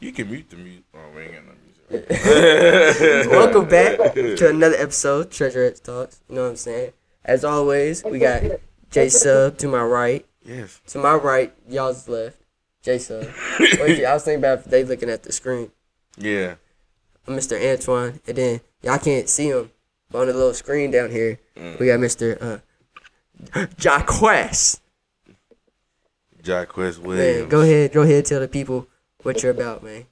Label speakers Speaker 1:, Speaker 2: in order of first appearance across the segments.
Speaker 1: You can mute the music. Oh, we ain't got no music.
Speaker 2: Welcome back to another episode, Treasure X Talks. You know what I'm saying? As always, we got J Sub to my right.
Speaker 1: Yes.
Speaker 2: To my right, y'all's left. J Sub. Wait, I was thinking about if they looking at the screen.
Speaker 1: Yeah.
Speaker 2: I'm Mr. Antoine, and then y'all can't see him, but on the little screen down here,
Speaker 1: Mm.
Speaker 2: we got Mr. Uh, Jaques.
Speaker 1: Jacquez Williams.
Speaker 2: Man, go ahead, go ahead, tell the people what you're about, man.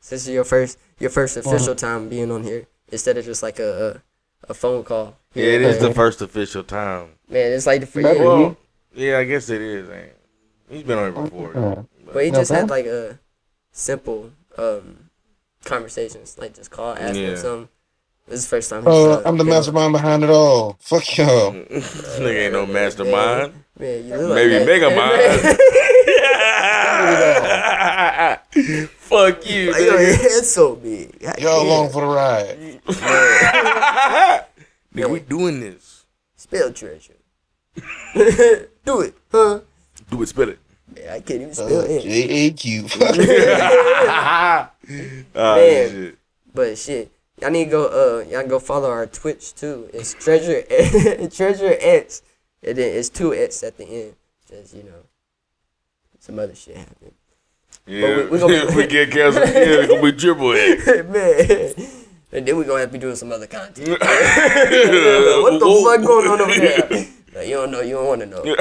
Speaker 2: Since this is your first, your first official time being on here, instead of just like a a, a phone call.
Speaker 1: Yeah, it is the first official time.
Speaker 2: Man, it's like the free.
Speaker 3: Remember
Speaker 2: yeah,
Speaker 3: you?
Speaker 1: Yeah, I guess it is. Ain't. it? He's been on it before.
Speaker 3: Uh,
Speaker 2: but he
Speaker 3: No
Speaker 2: just had
Speaker 3: problem.
Speaker 2: like a simple um conversations, like just call, ask him
Speaker 1: Yeah.
Speaker 2: something. This is the first time. he's,
Speaker 3: Uh, I'm the
Speaker 2: been on.
Speaker 3: mastermind behind it all. Fuck y'all.
Speaker 1: Nigga ain't no mastermind.
Speaker 2: Man, you look like
Speaker 1: Maybe
Speaker 2: that.
Speaker 1: mega
Speaker 2: Man,
Speaker 1: mind. Fuck you,
Speaker 2: like, your
Speaker 1: nigga.
Speaker 2: head's so big. God
Speaker 3: Y'all
Speaker 2: damn.
Speaker 3: along for the ride.
Speaker 1: nigga, we doing this.
Speaker 2: Spell treasure. Do it, huh?
Speaker 1: Do it, spit it.
Speaker 2: Man, I can't even spell
Speaker 3: Uh,
Speaker 2: it.
Speaker 3: J A Q. Fuck it.
Speaker 1: Ah,
Speaker 2: Man.
Speaker 1: shit.
Speaker 2: But shit, y'all need to go. Uh, y'all can go follow our Twitch too. It's treasure treasure x, and then it's two x at the end. Just you know, some other shit happened.
Speaker 1: Yeah,
Speaker 2: we- we gonna-
Speaker 1: if we get canceled, yeah, it's gonna be triple X.
Speaker 2: Man, and then we gonna have to be doing some other content.
Speaker 1: what
Speaker 2: what the
Speaker 1: the
Speaker 2: fuck going on over there? Like, you don't know. You don't want to know. Yeah.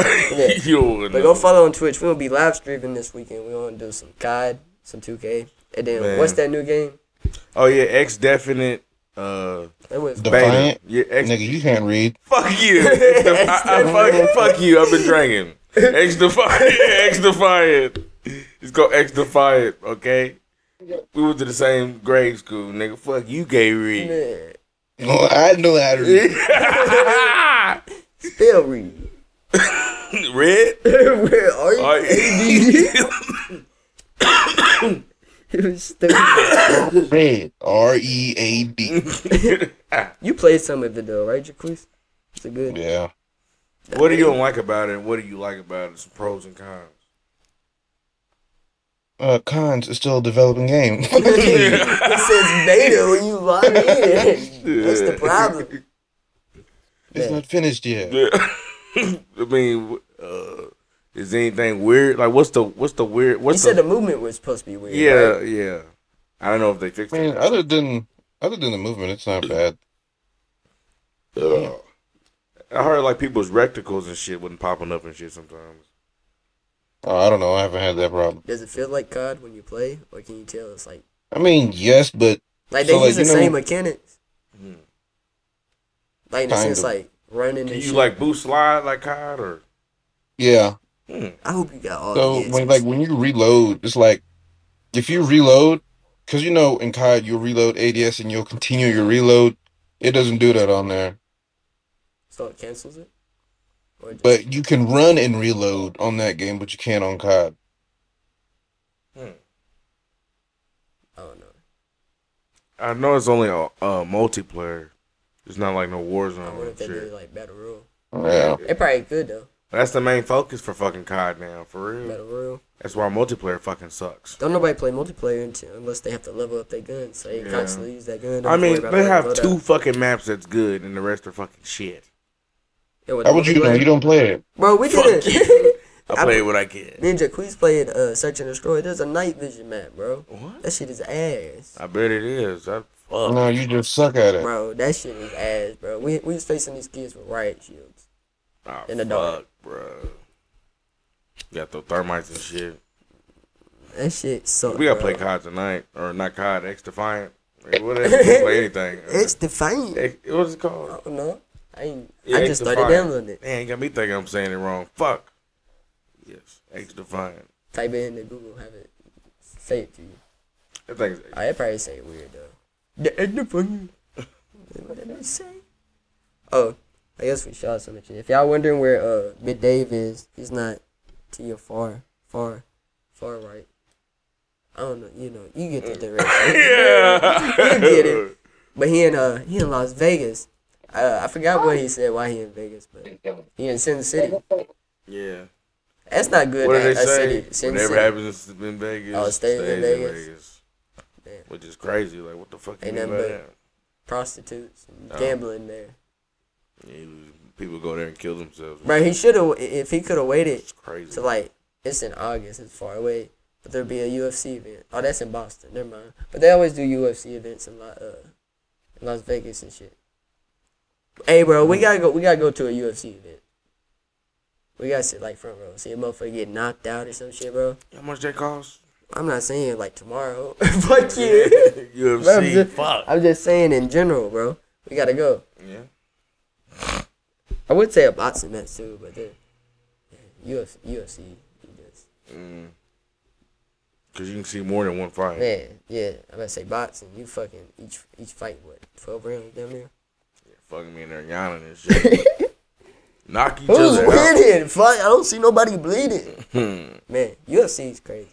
Speaker 1: you don't wanna
Speaker 2: But
Speaker 1: know.
Speaker 2: go follow on Twitch. We'll be live streaming this weekend. We're gonna do some COD, some 2K, and then
Speaker 1: Man.
Speaker 2: what's that new game?
Speaker 1: Oh yeah, X definite. Uh,
Speaker 2: That was
Speaker 1: beta.
Speaker 3: Defiant.
Speaker 1: Yeah, X.
Speaker 3: Nigga, you can't read.
Speaker 1: Fuck you. I, I, fuck, fuck you. I've been drinking. X defiant. X defiant. It's called X defiant. Okay. We went to the same grade school, nigga. Fuck you, gay Reed.
Speaker 2: man.
Speaker 3: No, I know how to read.
Speaker 2: Spell read.
Speaker 1: Red.
Speaker 2: Where are you?
Speaker 1: All right.
Speaker 2: Stupid.
Speaker 3: Red. R E A D.
Speaker 2: you played some of it though, right, Jacquees? It's a good.
Speaker 3: Yeah.
Speaker 1: what do you don't like about it? and What do you like about it? Some pros and cons.
Speaker 3: Uh, cons is still a developing game.
Speaker 2: it says beta when you log in. That's the problem.
Speaker 3: it's not finished yet.
Speaker 1: I mean, uh, is anything weird? Like, what's the what's the weird?
Speaker 2: You
Speaker 1: What's
Speaker 2: said
Speaker 1: the,
Speaker 2: the movement was supposed to be weird.
Speaker 1: yeah
Speaker 2: right?
Speaker 1: yeah? I don't know if they fixed
Speaker 3: I
Speaker 1: it.
Speaker 3: mean, other than other than the movement, it's not bad.
Speaker 1: I heard like people's recticles and shit wasn't popping up and shit sometimes.
Speaker 3: Oh, I don't know. I haven't had that problem.
Speaker 2: Does it feel like COD when you play, or can you tell it's like
Speaker 3: I mean, yes, but
Speaker 2: like they
Speaker 3: So, like,
Speaker 2: use the
Speaker 3: you know-
Speaker 2: same mechanics? Like in a
Speaker 3: Kind
Speaker 2: sense,
Speaker 3: of.
Speaker 2: like running
Speaker 1: Mm-hmm. Can
Speaker 2: and
Speaker 1: you
Speaker 2: shit.
Speaker 1: like boost slide like COD or?
Speaker 3: yeah.
Speaker 2: I hope you got all
Speaker 3: So
Speaker 2: the
Speaker 3: when like when you reload, it's like if you reload, because you know in COD you'll reload ADS and you'll continue your reload. It doesn't do that on there,
Speaker 2: so it cancels it. Or just,
Speaker 3: but you can run and reload on that game, but you can't on COD.
Speaker 2: I don't know.
Speaker 1: I know it's only a, a multiplayer. It's not like no
Speaker 2: I
Speaker 1: Warzone
Speaker 2: wonder
Speaker 1: and
Speaker 2: if they do
Speaker 1: shit.
Speaker 2: like battle royal.
Speaker 3: Yeah,
Speaker 2: They probably could though.
Speaker 1: That's the main focus for fucking COD now, for real.
Speaker 2: Battle royal.
Speaker 1: That's why multiplayer fucking sucks.
Speaker 2: Don't nobody play multiplayer until, unless they have to level up their guns. So they constantly use that gun. Don't
Speaker 1: I
Speaker 2: have to worry
Speaker 1: mean,
Speaker 2: about
Speaker 1: they
Speaker 2: letting
Speaker 1: have
Speaker 2: load
Speaker 1: two
Speaker 2: up.
Speaker 1: fucking maps that's good, and the rest are fucking shit.
Speaker 2: Yeah, with
Speaker 3: how would you know?
Speaker 2: multiplayer.
Speaker 3: You don't play it.
Speaker 2: Bro, we
Speaker 1: Fuck
Speaker 2: did it.
Speaker 1: I play what I can.
Speaker 2: Ninja Queez played uh, Search and Destroy. There's a night vision map, bro.
Speaker 1: What?
Speaker 2: That shit is ass.
Speaker 1: I bet it is. I fuck.
Speaker 3: No, you just suck at it.
Speaker 2: Bro, that shit is ass, bro. We, we was facing these kids with riot shields.
Speaker 1: Ah,
Speaker 2: In the dark.
Speaker 1: fuck, bro. You got those thermites and shit.
Speaker 2: That shit sucked.
Speaker 1: We gotta
Speaker 2: bro.
Speaker 1: play COD tonight, or not COD, X Defiant, or whatever. We can play anything.
Speaker 2: It's defiant.
Speaker 1: X, what's it called?
Speaker 2: Oh, no. I, ain't,
Speaker 1: Yeah,
Speaker 2: I
Speaker 1: X
Speaker 2: just started
Speaker 1: Defiant.
Speaker 2: downloading it.
Speaker 1: Man, you got me thinking I'm saying it wrong. Fuck. Yes, X Defiant.
Speaker 2: Type it in the Google, have it say it to you.
Speaker 1: That thing's X.
Speaker 2: I probably say it weird though. The end of you. What did I say? Oh, I guess we should also mention. If y'all wondering where uh Big Dave is, he's not to your far, far, far right. I don't know. You know, you get the direction. yeah, you get it. But he in uh he in Las Vegas. Uh, I forgot what he said. Why he in Vegas? But he in Sin City.
Speaker 1: Yeah.
Speaker 2: That's not good.
Speaker 1: What do they
Speaker 2: that- that
Speaker 1: say?
Speaker 2: city- Sin
Speaker 1: Whatever
Speaker 2: City.
Speaker 1: happens in Vegas,
Speaker 2: Oh, it stays in Vegas? Damn.
Speaker 1: Which is crazy. Like, what the fuck you
Speaker 2: Ain't
Speaker 1: mean by
Speaker 2: nothing but-
Speaker 1: that?
Speaker 2: Prostitutes, and
Speaker 1: Oh.
Speaker 2: gambling there.
Speaker 1: Yeah, you lose- people go there and kill themselves.
Speaker 2: Bro, he should have. If he could have waited
Speaker 1: It's crazy.
Speaker 2: to like, it's in August. It's far away, but there'd be a UFC event. Oh, that's in Boston. Never mind. But they always do UFC events in, Lo- uh, in Las Vegas and shit. Hey, bro, we gotta go. We gotta go to a UFC event. We gotta sit like front row, see a motherfucker get knocked out or some shit, bro.
Speaker 1: How much that cost?
Speaker 2: I'm not saying like tomorrow. Fuck you. Bro, I'm,
Speaker 1: UFC.
Speaker 2: just,
Speaker 1: fuck.
Speaker 2: I'm just saying in general, bro. We gotta go.
Speaker 1: yeah.
Speaker 2: I would say a boxing match too, but then yeah, UFC, UFC, you just-
Speaker 1: Mm. Cause you can see more than one fight.
Speaker 2: man, yeah. I'm gonna say boxing. You fucking each each fight what twelve rounds down there.
Speaker 1: Fucking me and her yawning and shit. Knock each
Speaker 2: Who's
Speaker 1: other out.
Speaker 2: winning? Fuck, I don't see nobody bleeding. man, UFC is crazy.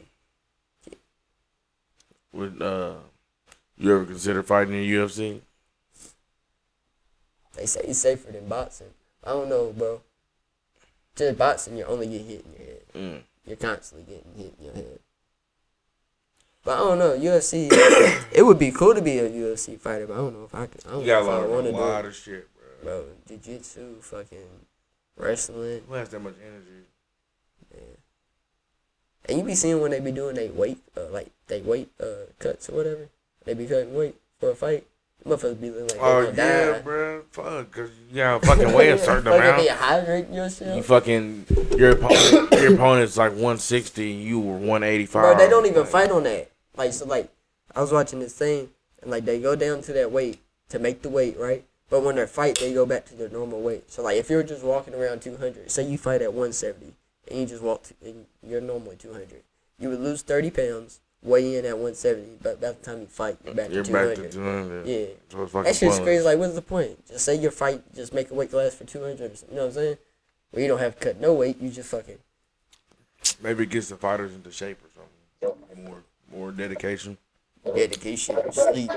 Speaker 1: Would uh, you ever consider fighting in the UFC?
Speaker 2: They say it's safer than boxing. I don't know, bro. Just boxing, you're only getting hit in your head.
Speaker 1: Mm.
Speaker 2: You're constantly getting hit in your head. But I don't know, UFC. it would be cool to be a UFC fighter, but I don't know if I could. I don't
Speaker 1: You
Speaker 2: know
Speaker 1: got
Speaker 2: if
Speaker 1: a
Speaker 2: I
Speaker 1: lot of
Speaker 2: want
Speaker 1: a
Speaker 2: to do it.
Speaker 1: lot of shit, bro.
Speaker 2: bro. Jiu-jitsu, fucking wrestling,
Speaker 1: Who has that much energy?
Speaker 2: and you be seeing when they be doing they weight, uh, like they weight uh, cuts or whatever. They be cutting weight for a fight. Motherfuckers be looking like they
Speaker 1: Oh
Speaker 2: gonna
Speaker 1: yeah,
Speaker 2: die.
Speaker 1: bro. Fuck, cause you gotta fucking weigh a certain amount.
Speaker 2: Dehydrate
Speaker 1: You
Speaker 2: yourself,
Speaker 1: fucking your opponent, your opponent's like 160, and you were 185.
Speaker 2: bro. They don't even
Speaker 1: Like,
Speaker 2: fight on that. Like so, like I was watching this thing, and like they go down to that weight to make the weight right. But when they fight, they go back to their normal weight. So like if you're just walking around 200, say you fight at 170, and you just walk, to, and you're normally 200. you would lose 30 pounds, weigh in at 170, but by the time you fight, you're back
Speaker 1: You're
Speaker 2: to
Speaker 1: back
Speaker 2: 200.
Speaker 1: to 200.
Speaker 2: Yeah.
Speaker 1: So it's fucking
Speaker 2: That shit's
Speaker 1: pointless.
Speaker 2: crazy. Like, what's the point? Just say your fight, just make a weight class for 200 or something. You know what I'm saying? Where you don't have to cut no weight, you just fucking.
Speaker 1: Maybe it gets the fighters into shape or something. More, more dedication.
Speaker 2: Dedication, sleep.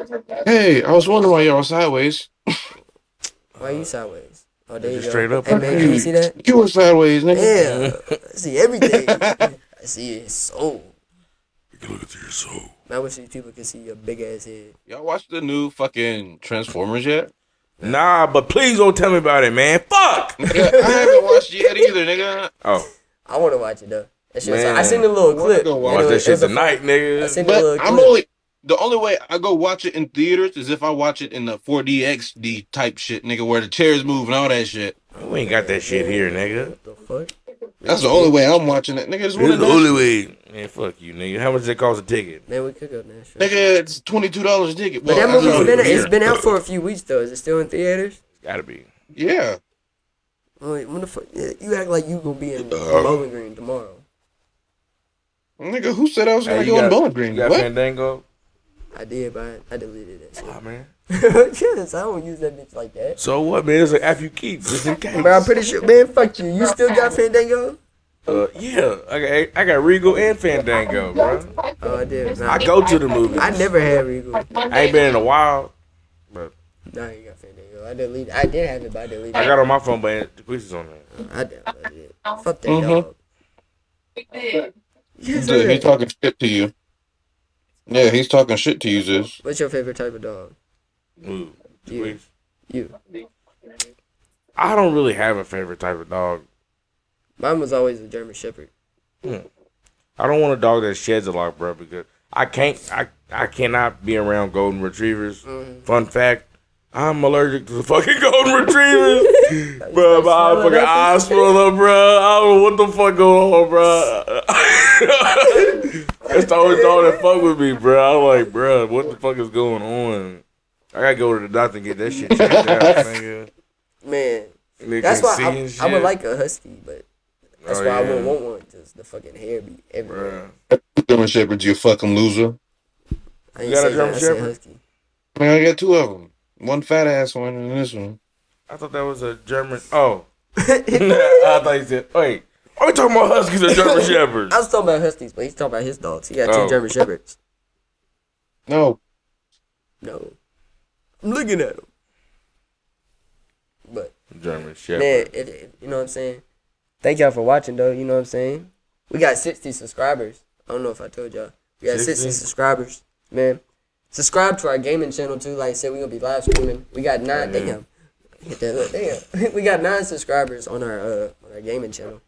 Speaker 3: Hey, I was wondering why y'all was sideways.
Speaker 2: Why are you sideways? Oh, there you
Speaker 1: just
Speaker 2: go.
Speaker 1: straight up
Speaker 2: Hey, man, can you see that?
Speaker 3: You were sideways, nigga.
Speaker 2: Yeah. I see everything. I see your soul.
Speaker 1: You can look into your soul.
Speaker 2: Man, I wish these people could see your big ass head.
Speaker 3: Y'all watch the new fucking Transformers yet?
Speaker 1: Nah, but please don't tell me about it, man. Fuck.
Speaker 3: Yeah, I haven't watched it yet either, nigga.
Speaker 1: Oh,
Speaker 2: I want to watch it, though. That shit was, I
Speaker 1: Man.
Speaker 2: seen the little
Speaker 3: wanna
Speaker 2: clip.
Speaker 3: go
Speaker 2: You
Speaker 3: watch
Speaker 1: watch
Speaker 2: know,
Speaker 1: that
Speaker 2: it
Speaker 1: shit
Speaker 2: was a-
Speaker 1: tonight,
Speaker 2: I
Speaker 1: nigga.
Speaker 2: seen the little
Speaker 3: But
Speaker 2: clip.
Speaker 3: I'm only the only way I go watch it in theaters is if I watch it in the 4DXD type shit, nigga, where the chairs move and all that shit.
Speaker 1: We ain't got that shit here, nigga.
Speaker 2: What the fuck?
Speaker 3: That's the only way I'm watching it, nigga. It's one
Speaker 1: It's
Speaker 3: of
Speaker 1: the
Speaker 3: those-
Speaker 1: only way. Man, fuck you, nigga. How much does it cost a ticket?
Speaker 2: Man, we could go Nashville.
Speaker 3: Nigga, it's twenty two dollars a ticket.
Speaker 2: but
Speaker 3: Well,
Speaker 2: that
Speaker 3: that's
Speaker 2: movie's
Speaker 3: not
Speaker 2: been
Speaker 3: a
Speaker 2: it's
Speaker 3: year.
Speaker 2: been out for a few weeks though. Is it still in theaters?
Speaker 1: Gotta be.
Speaker 3: yeah.
Speaker 2: I'm like, when the fuck you act like you gonna be in Bowling Green tomorrow?
Speaker 3: Nigga, who said I was gonna
Speaker 1: Hey,
Speaker 3: go on Bowling
Speaker 1: You
Speaker 3: Green?
Speaker 1: got
Speaker 3: What?
Speaker 1: Fandango?
Speaker 2: I did, but I deleted that
Speaker 1: Nah, man.
Speaker 2: shit. yes, I don't use that bitch like that.
Speaker 1: So what, man? It's an app you keep just in case.
Speaker 2: Bro, I'm pretty sure. Man, fuck you. You still got Fandango?
Speaker 1: Uh, yeah, I got, I got Regal and Fandango, bro.
Speaker 2: Oh, I did. Nah,
Speaker 1: I go to the movies.
Speaker 2: I never had Regal.
Speaker 1: I ain't been in a while.
Speaker 2: Nah, you got Fandango. I deleted. I did have it, but I deleted.
Speaker 1: I
Speaker 2: it.
Speaker 1: got on my phone, but the police is on there.
Speaker 2: I downloaded it. Fuck that
Speaker 1: Mm-hmm.
Speaker 3: Mhm.
Speaker 2: dog.
Speaker 3: Dude, he's
Speaker 2: Yes,
Speaker 3: talking shit to you. Yeah, he's talking shit to you, Zeus.
Speaker 2: What's your favorite type of dog?
Speaker 1: Ooh,
Speaker 2: You.
Speaker 1: police.
Speaker 2: You.
Speaker 1: I don't really have a favorite type of dog.
Speaker 2: Mine was always a German Shepherd.
Speaker 1: I don't want a dog that sheds a lot, bro, because I can't. I I cannot be around golden retrievers.
Speaker 2: Mm-hmm.
Speaker 1: Fun fact. I'm allergic to the fucking golden retrievers, bro. My
Speaker 2: smelling
Speaker 1: fucking
Speaker 2: that
Speaker 1: eyes swell up, bro. I don't know what the fuck going on, bro. That's the only dog that fuck with me, bro. I'm like, bro, what the fuck is going on? I gotta go to the doctor and get that shit checked out, nigga.
Speaker 2: Man,
Speaker 1: Nigga
Speaker 2: that's
Speaker 1: can
Speaker 2: why
Speaker 1: see and
Speaker 2: I, I
Speaker 1: shit.
Speaker 2: would like a husky, but that's
Speaker 1: Oh,
Speaker 2: why I
Speaker 1: yeah.
Speaker 2: wouldn't want one. Just the fucking hair be everywhere.
Speaker 1: Bruh.
Speaker 3: German Shepherd, you fucking loser.
Speaker 2: I ain't
Speaker 1: You got a German
Speaker 2: say that, I said
Speaker 1: Shepherd?
Speaker 2: husky.
Speaker 3: Man, I got two of them. One fat ass one and this one.
Speaker 1: I thought that was a German. Oh, I thought you said. Wait, are we talking about huskies or German shepherds?
Speaker 2: I was talking about huskies, but he's talking about his dogs. He got two
Speaker 1: Oh.
Speaker 2: German shepherds.
Speaker 3: No,
Speaker 2: No, I'm looking at him. But
Speaker 1: German
Speaker 2: man,
Speaker 1: shepherd.
Speaker 2: if, if- you know what I'm saying. Thank y'all for watching, though. You know what I'm saying. We got 60 subscribers. I don't know if I told y'all. We got 60
Speaker 1: 60?
Speaker 2: subscribers, man. Subscribe to our gaming channel too. Like I said, we gonna be live streaming. We got
Speaker 1: Right
Speaker 2: nine.
Speaker 1: now.
Speaker 2: damn, hit that look. Damn, we got nine subscribers on our uh on our gaming channel.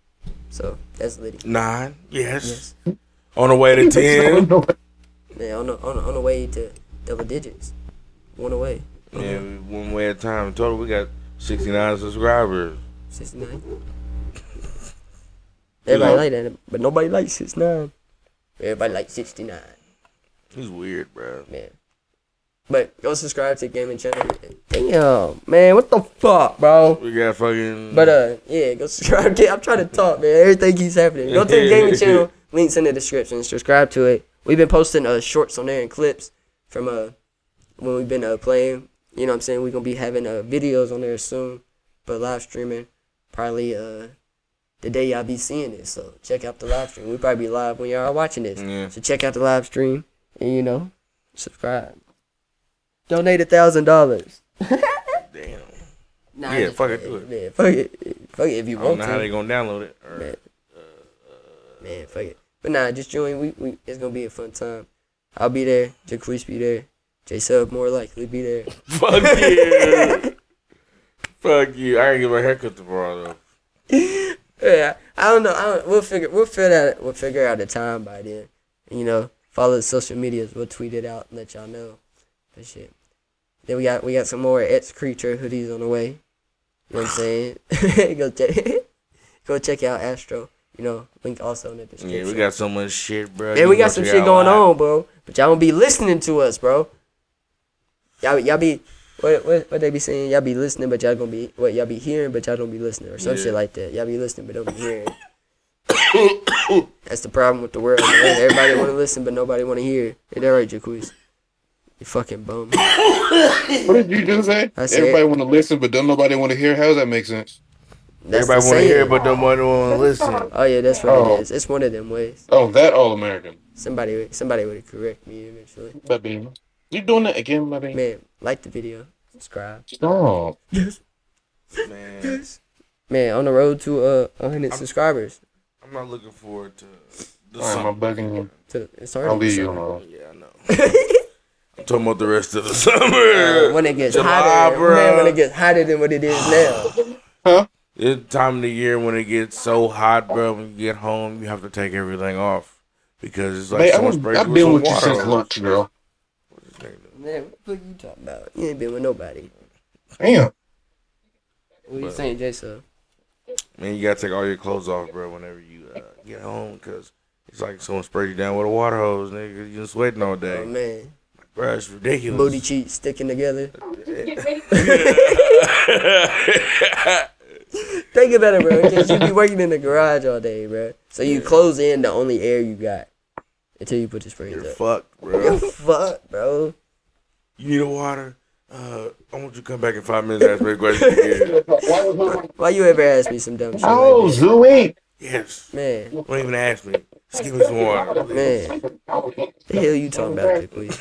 Speaker 2: So that's litty.
Speaker 1: Nine. Yes.
Speaker 2: Yes.
Speaker 1: On the way to ten.
Speaker 2: Yeah, on the, on the, on the way to double digits, one away,
Speaker 1: yeah, we- one way at a time. In total, we got sixty nine subscribers.
Speaker 2: sixty nine. Everybody
Speaker 3: Yeah.
Speaker 2: like that, but nobody likes sixty nine. Everybody likes sixty nine,
Speaker 1: He's weird, bro.
Speaker 2: man. But go subscribe to Gaming Channel. Damn, man, what the fuck, bro?
Speaker 1: We got fucking.
Speaker 2: But uh, yeah, go subscribe. I'm trying to talk, man. Everything keeps happening. Go to the Gaming Channel. Links in the description. Subscribe to it. We've been posting uh shorts on there and clips from uh when we've been uh playing. You know what I'm saying? We're gonna be having uh videos on there soon, but live streaming probably uh the day y'all be seeing this. So check out the live stream. We probably be live when y'all are watching this.
Speaker 1: Yeah.
Speaker 2: So check out the live stream and you know subscribe. Donate a thousand dollars.
Speaker 1: damn.
Speaker 2: Nah,
Speaker 1: Yeah,
Speaker 2: just-
Speaker 1: fuck it, do it.
Speaker 2: Yeah, fuck it. Fuck it if you
Speaker 1: Oh, I
Speaker 2: want
Speaker 1: don't
Speaker 2: to.
Speaker 1: know how they gonna download it. Or,
Speaker 2: Man. Man, fuck it. But nah, just join. We, we it's gonna be a fun time. I'll be there. Jacquees be there. J Sub more likely be there.
Speaker 1: Fuck you. Fuck you. I gotta get my haircut tomorrow though.
Speaker 2: Yeah, I don't know. I don't, we'll figure we'll figure out we'll figure out the time by then. You know, follow the social medias. We'll tweet it out and let y'all know. But shit. Then we got we got some more X Creature hoodies on the way. You know what I'm saying? go check go check out Astro. You know, link also in the description.
Speaker 1: Yeah, we got so much shit, bro.
Speaker 2: Man,
Speaker 1: You
Speaker 2: we got
Speaker 1: must
Speaker 2: some
Speaker 1: be
Speaker 2: shit
Speaker 1: out
Speaker 2: going
Speaker 1: loud.
Speaker 2: on, bro. But y'all don't be listening to us, bro. Y'all, y'all be what, what what they be saying? Y'all be listening, but y'all gonna be what y'all be hearing, but y'all don't be listening, or some
Speaker 1: Yeah.
Speaker 2: shit like that. Y'all be listening, but don't be hearing. That's the problem with the world. Man. Everybody want to listen, but nobody want to hear. It all right, Jacquees. You fucking bum.
Speaker 3: What did you just say?
Speaker 2: I said-
Speaker 3: Everybody want to listen, but don't nobody want to hear. How does that make sense?
Speaker 2: That's
Speaker 1: Everybody
Speaker 2: want to
Speaker 1: hear, it, but nobody want to listen.
Speaker 2: oh yeah, that's what
Speaker 3: Oh.
Speaker 2: it is. It's one of them ways.
Speaker 3: Oh, that all American.
Speaker 2: Somebody somebody would correct me eventually.
Speaker 3: My bean. You doing that again, my bean?
Speaker 2: Man, like the video, subscribe.
Speaker 3: Stop.
Speaker 1: Man,
Speaker 2: Man, on the road to uh 100 subscribers.
Speaker 1: I'm not looking forward to the
Speaker 3: Why am I
Speaker 1: summer.
Speaker 3: bugging you?
Speaker 2: To, it's already
Speaker 3: I'll leave you
Speaker 2: summer.
Speaker 3: alone.
Speaker 1: Yeah, I know. I'm talking about the rest of the
Speaker 2: Uh,
Speaker 1: summer.
Speaker 2: when it gets
Speaker 1: July,
Speaker 2: hotter, man, when
Speaker 1: bruh.
Speaker 2: it gets hotter than what it is now.
Speaker 3: Huh?
Speaker 1: It's time of the year when it gets so hot, bro. When you get home, you have to take everything off because it's like
Speaker 3: Babe,
Speaker 1: so
Speaker 3: I
Speaker 1: much
Speaker 3: was-
Speaker 1: break
Speaker 3: I've
Speaker 1: with
Speaker 3: been
Speaker 1: some
Speaker 3: with you
Speaker 1: water.
Speaker 3: since lunch, girl.
Speaker 2: Man, what the fuck you talking about? You ain't been with nobody.
Speaker 3: Damn.
Speaker 2: What you saying, Jason?
Speaker 1: Man, you gotta take all your clothes off, bro, whenever you uh, get home because it's like someone sprayed you down with a water hose, nigga. You been sweating all
Speaker 2: Oh
Speaker 1: day,
Speaker 2: man,
Speaker 1: bro. It's ridiculous.
Speaker 2: booty cheeks sticking together. Think about it, bro. Because you be working in the garage all day, bro. So you close in the only air you got until you put the springs
Speaker 1: You're
Speaker 2: up.
Speaker 1: fucked,
Speaker 2: Yo,
Speaker 1: bro.
Speaker 2: fuck, bro.
Speaker 1: You need a water? Uh, I want you to come back in five minutes and ask me a question again.
Speaker 2: Why you ever ask me some dumb shit?
Speaker 3: Oh,
Speaker 2: like
Speaker 3: Zooey.
Speaker 1: Yes.
Speaker 2: that? man.
Speaker 1: Don't even ask me. Just give me some water. please.
Speaker 2: Man, the hell you talking about, please?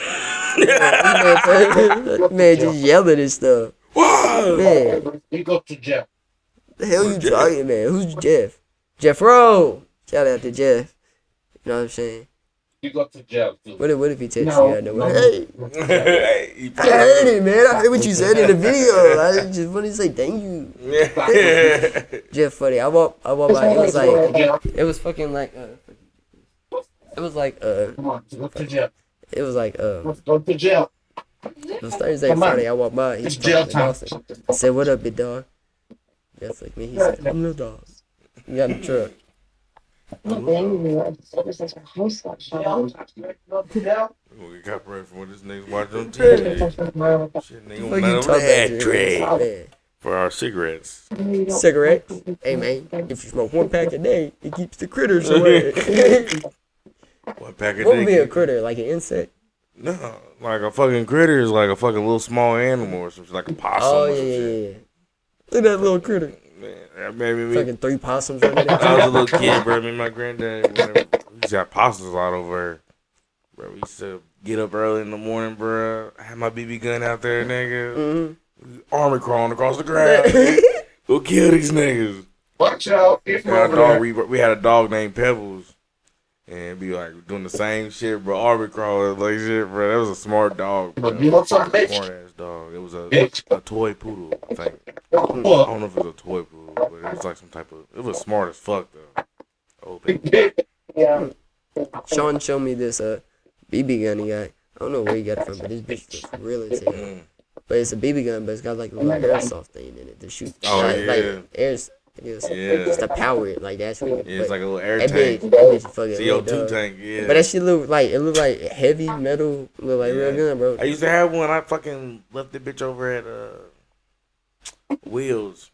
Speaker 2: man, man, just yelling and stuff.
Speaker 1: Whoa!
Speaker 2: Man,
Speaker 3: You go to jail.
Speaker 2: the hell you talking, man? Who's Jeff? Jeff Rowe. Shout out to Jeff. You know what I'm saying?
Speaker 3: You go to jail. Zooey.
Speaker 2: What if, what if he texts
Speaker 3: No,
Speaker 2: you out of nowhere?
Speaker 3: no.
Speaker 2: Hey,
Speaker 1: Hey,
Speaker 2: I heard it, man. I heard what you said in the video. I just wanted to say thank you,
Speaker 1: you-
Speaker 2: Jeff. Funny, I walk, I walk by. It was like, it was fucking like, uh, it was like, uh,
Speaker 3: Come on, go to jail.
Speaker 2: it was like, uh,
Speaker 3: Go to jail.
Speaker 2: it was Thursday,
Speaker 3: Come on.
Speaker 2: Friday. I walked by. He's
Speaker 3: It's jail
Speaker 2: fucking
Speaker 3: time.
Speaker 2: Boston. I said, "What up, big dog?" That's like me. He said, "I'm no dog." You got in the truck.
Speaker 1: We'll get copyright from what this nigga's watching on TV. Shit, nigga,
Speaker 2: What
Speaker 1: none
Speaker 2: you
Speaker 1: of
Speaker 2: talking
Speaker 1: that
Speaker 2: about,
Speaker 1: trick
Speaker 2: Jerry?
Speaker 1: for our cigarettes.
Speaker 2: Man, cigarettes. Hey man, if you smoke one pack a day, it keeps the critters away.
Speaker 1: One pack a
Speaker 2: what
Speaker 1: day.
Speaker 2: would be a
Speaker 1: kid.
Speaker 2: critter? Like an insect?
Speaker 1: No, like a fucking critter is like a fucking little small animal or something, like a possum.
Speaker 2: Oh
Speaker 1: or
Speaker 2: yeah,
Speaker 1: some
Speaker 2: yeah,
Speaker 1: shit.
Speaker 2: yeah. Look at that little critter.
Speaker 1: Man, that made me.
Speaker 2: Fucking three possums running. at
Speaker 1: I was a little kid, bro. Me and my granddad, whenever, we used to have possums a lot over here. Bro, we used to get up early in the morning, bro. I had my BB gun out there, nigga.
Speaker 2: you.
Speaker 1: Army crawling across the ground.
Speaker 2: Mm-hmm.
Speaker 1: nigga. Go kill these niggas.
Speaker 3: Watch out. If
Speaker 1: We had, a dog, we, we had a dog named Pebbles. and be like doing the same shit, bro. Army crawling like shit, bro. That was a smart dog, bro.
Speaker 3: Bro, you want some bitch?
Speaker 1: Smart ass dog. It was a,
Speaker 3: Bitch.
Speaker 1: a toy poodle. I think I
Speaker 3: Fuck,
Speaker 1: don't know if it was a toy poodle, but it was like some type of. It was smart as fuck though. Oh, baby.
Speaker 2: Sean showed me this uh BB gun he got. I don't know where he got it from, but this bitch was real as hell.
Speaker 1: Mm.
Speaker 2: But it's a BB gun, but it's got like a little airsoft thing in it to shoot.
Speaker 1: Mm-hmm. Oh,
Speaker 2: like, like
Speaker 1: yeah.
Speaker 2: airs. It's,
Speaker 1: Yeah.
Speaker 2: it's to power it like that's what.
Speaker 1: Yeah, it's like a little air
Speaker 2: that bitch,
Speaker 1: tank,
Speaker 2: that bitch fucking
Speaker 1: CO
Speaker 2: big,
Speaker 1: two
Speaker 2: dog.
Speaker 1: tank. Yeah.
Speaker 2: But that shit look like it look like heavy metal, look like real
Speaker 1: Yeah.
Speaker 2: gun, bro.
Speaker 1: I used to have one. I fucking left the bitch over at uh, Wheels.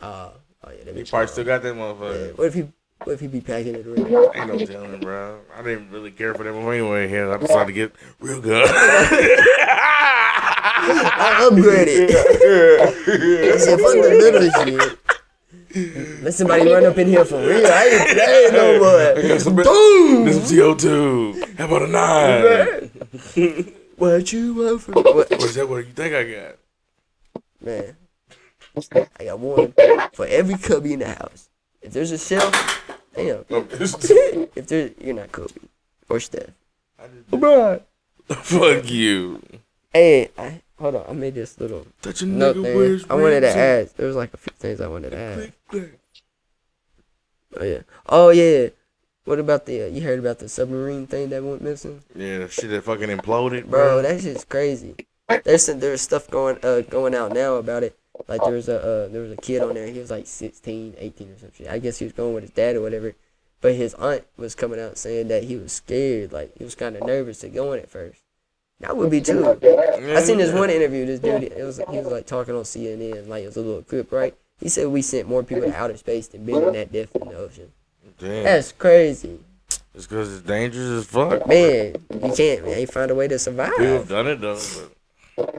Speaker 2: Uh, oh yeah, that
Speaker 1: He
Speaker 2: bitch.
Speaker 1: probably still got that
Speaker 2: Yeah.
Speaker 1: motherfucker.
Speaker 2: What if he what if he be packing it around?
Speaker 1: Ain't no telling, bro. I didn't really care for that one anyway. Hell, I decided to get real good.
Speaker 2: I upgraded. I said, fuck the little shit. Let somebody run up in here for real. I ain't playing no
Speaker 1: I got some
Speaker 2: more. Boom!
Speaker 1: This is CO2. How about a nine?
Speaker 2: What you want from what?
Speaker 1: What is that? What do you think I got?
Speaker 2: Man, I got one for every cubby in the house. If there's a shelf, damn.
Speaker 1: No, this-
Speaker 2: if there, you're not Kobe or Steph. Bro.
Speaker 1: Fuck you.
Speaker 2: Hey, I, hold on. I made this little
Speaker 1: Touch a
Speaker 2: note
Speaker 1: nigga
Speaker 2: thing.
Speaker 1: where's
Speaker 2: I wanted to
Speaker 1: Ramsey?
Speaker 2: add. There was like a few things I wanted to add. Oh yeah. Oh yeah. What about the? Uh, you heard about the submarine thing that went missing,
Speaker 1: Yeah, that shit that fucking imploded,
Speaker 2: bro?
Speaker 1: bro.
Speaker 2: That shit's crazy. There's some, there's stuff going uh going out now about it. Like there was a uh, there was a kid on there. He was like 16, 18 or something. I guess he was going with his dad or whatever. But his aunt was coming out saying that he was scared. Like he was kind of nervous to go in at first. I would be too. I seen this one interview. This dude, it was he was like talking on CNN. Like it was a little clip, right? He said we sent more people to outer space than been in that depth in the ocean.
Speaker 1: Damn.
Speaker 2: That's crazy.
Speaker 1: It's because it's dangerous as fuck.
Speaker 2: Man, you can't. Man, you find a way to
Speaker 1: People have
Speaker 2: survive.
Speaker 1: done it though. But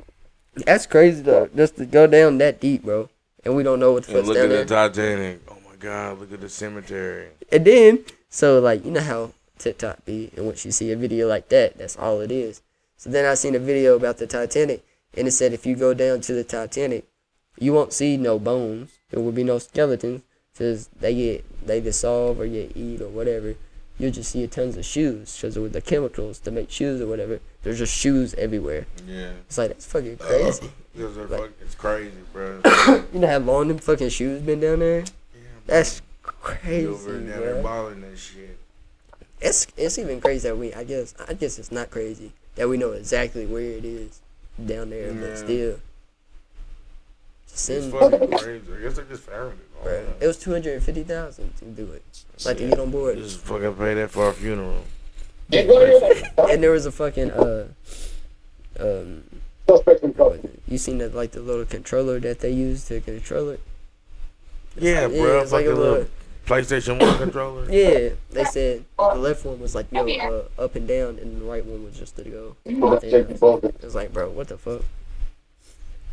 Speaker 2: That's crazy though. Just to go down that deep, bro, and we don't know what the
Speaker 1: And
Speaker 2: fuck's
Speaker 1: look
Speaker 2: down
Speaker 1: at
Speaker 2: there.
Speaker 1: the Titanic. Oh my God! Look at the cemetery.
Speaker 2: and then, so like you know how TikTok be, and once you see a video like that, that's all it is. So then I seen a video about the Titanic, and it said if you go down to the Titanic, you won't see no bones. There will be no skeletons, cause they get they dissolve or get eat or whatever. You'll just see tons of shoes, cause with the chemicals to make shoes or whatever. There's just shoes everywhere.
Speaker 1: Yeah.
Speaker 2: It's like that's fucking crazy.
Speaker 1: Those are fuck- It's crazy, bro.
Speaker 2: You know how long them fucking shoes been down there? That's
Speaker 1: You
Speaker 2: crazy,
Speaker 1: over and down there
Speaker 2: bro.
Speaker 1: balling that shit.
Speaker 2: It's it's even crazy that we. I guess I guess it's not crazy that we know exactly where it is down there,
Speaker 1: Yeah.
Speaker 2: but still. Just
Speaker 1: It's
Speaker 2: Send,
Speaker 1: fucking crazy. I guess I just found it. I
Speaker 2: bro.
Speaker 1: don't
Speaker 2: It
Speaker 1: know.
Speaker 2: was two hundred and fifty thousand to do it, like to get on board.
Speaker 1: Just fucking pay that for our funeral.
Speaker 2: And there was a fucking uh, um, what was it? you seen that like the little controller that they use to control it?
Speaker 1: Yeah,
Speaker 2: yeah,
Speaker 1: bro.
Speaker 2: it's like
Speaker 1: Fucking
Speaker 2: a
Speaker 1: little
Speaker 2: little-
Speaker 1: PlayStation One controller.
Speaker 2: Yeah, they said the left one was like yo uh, up and down, and the right one was just to go. It was like, bro, what the fuck?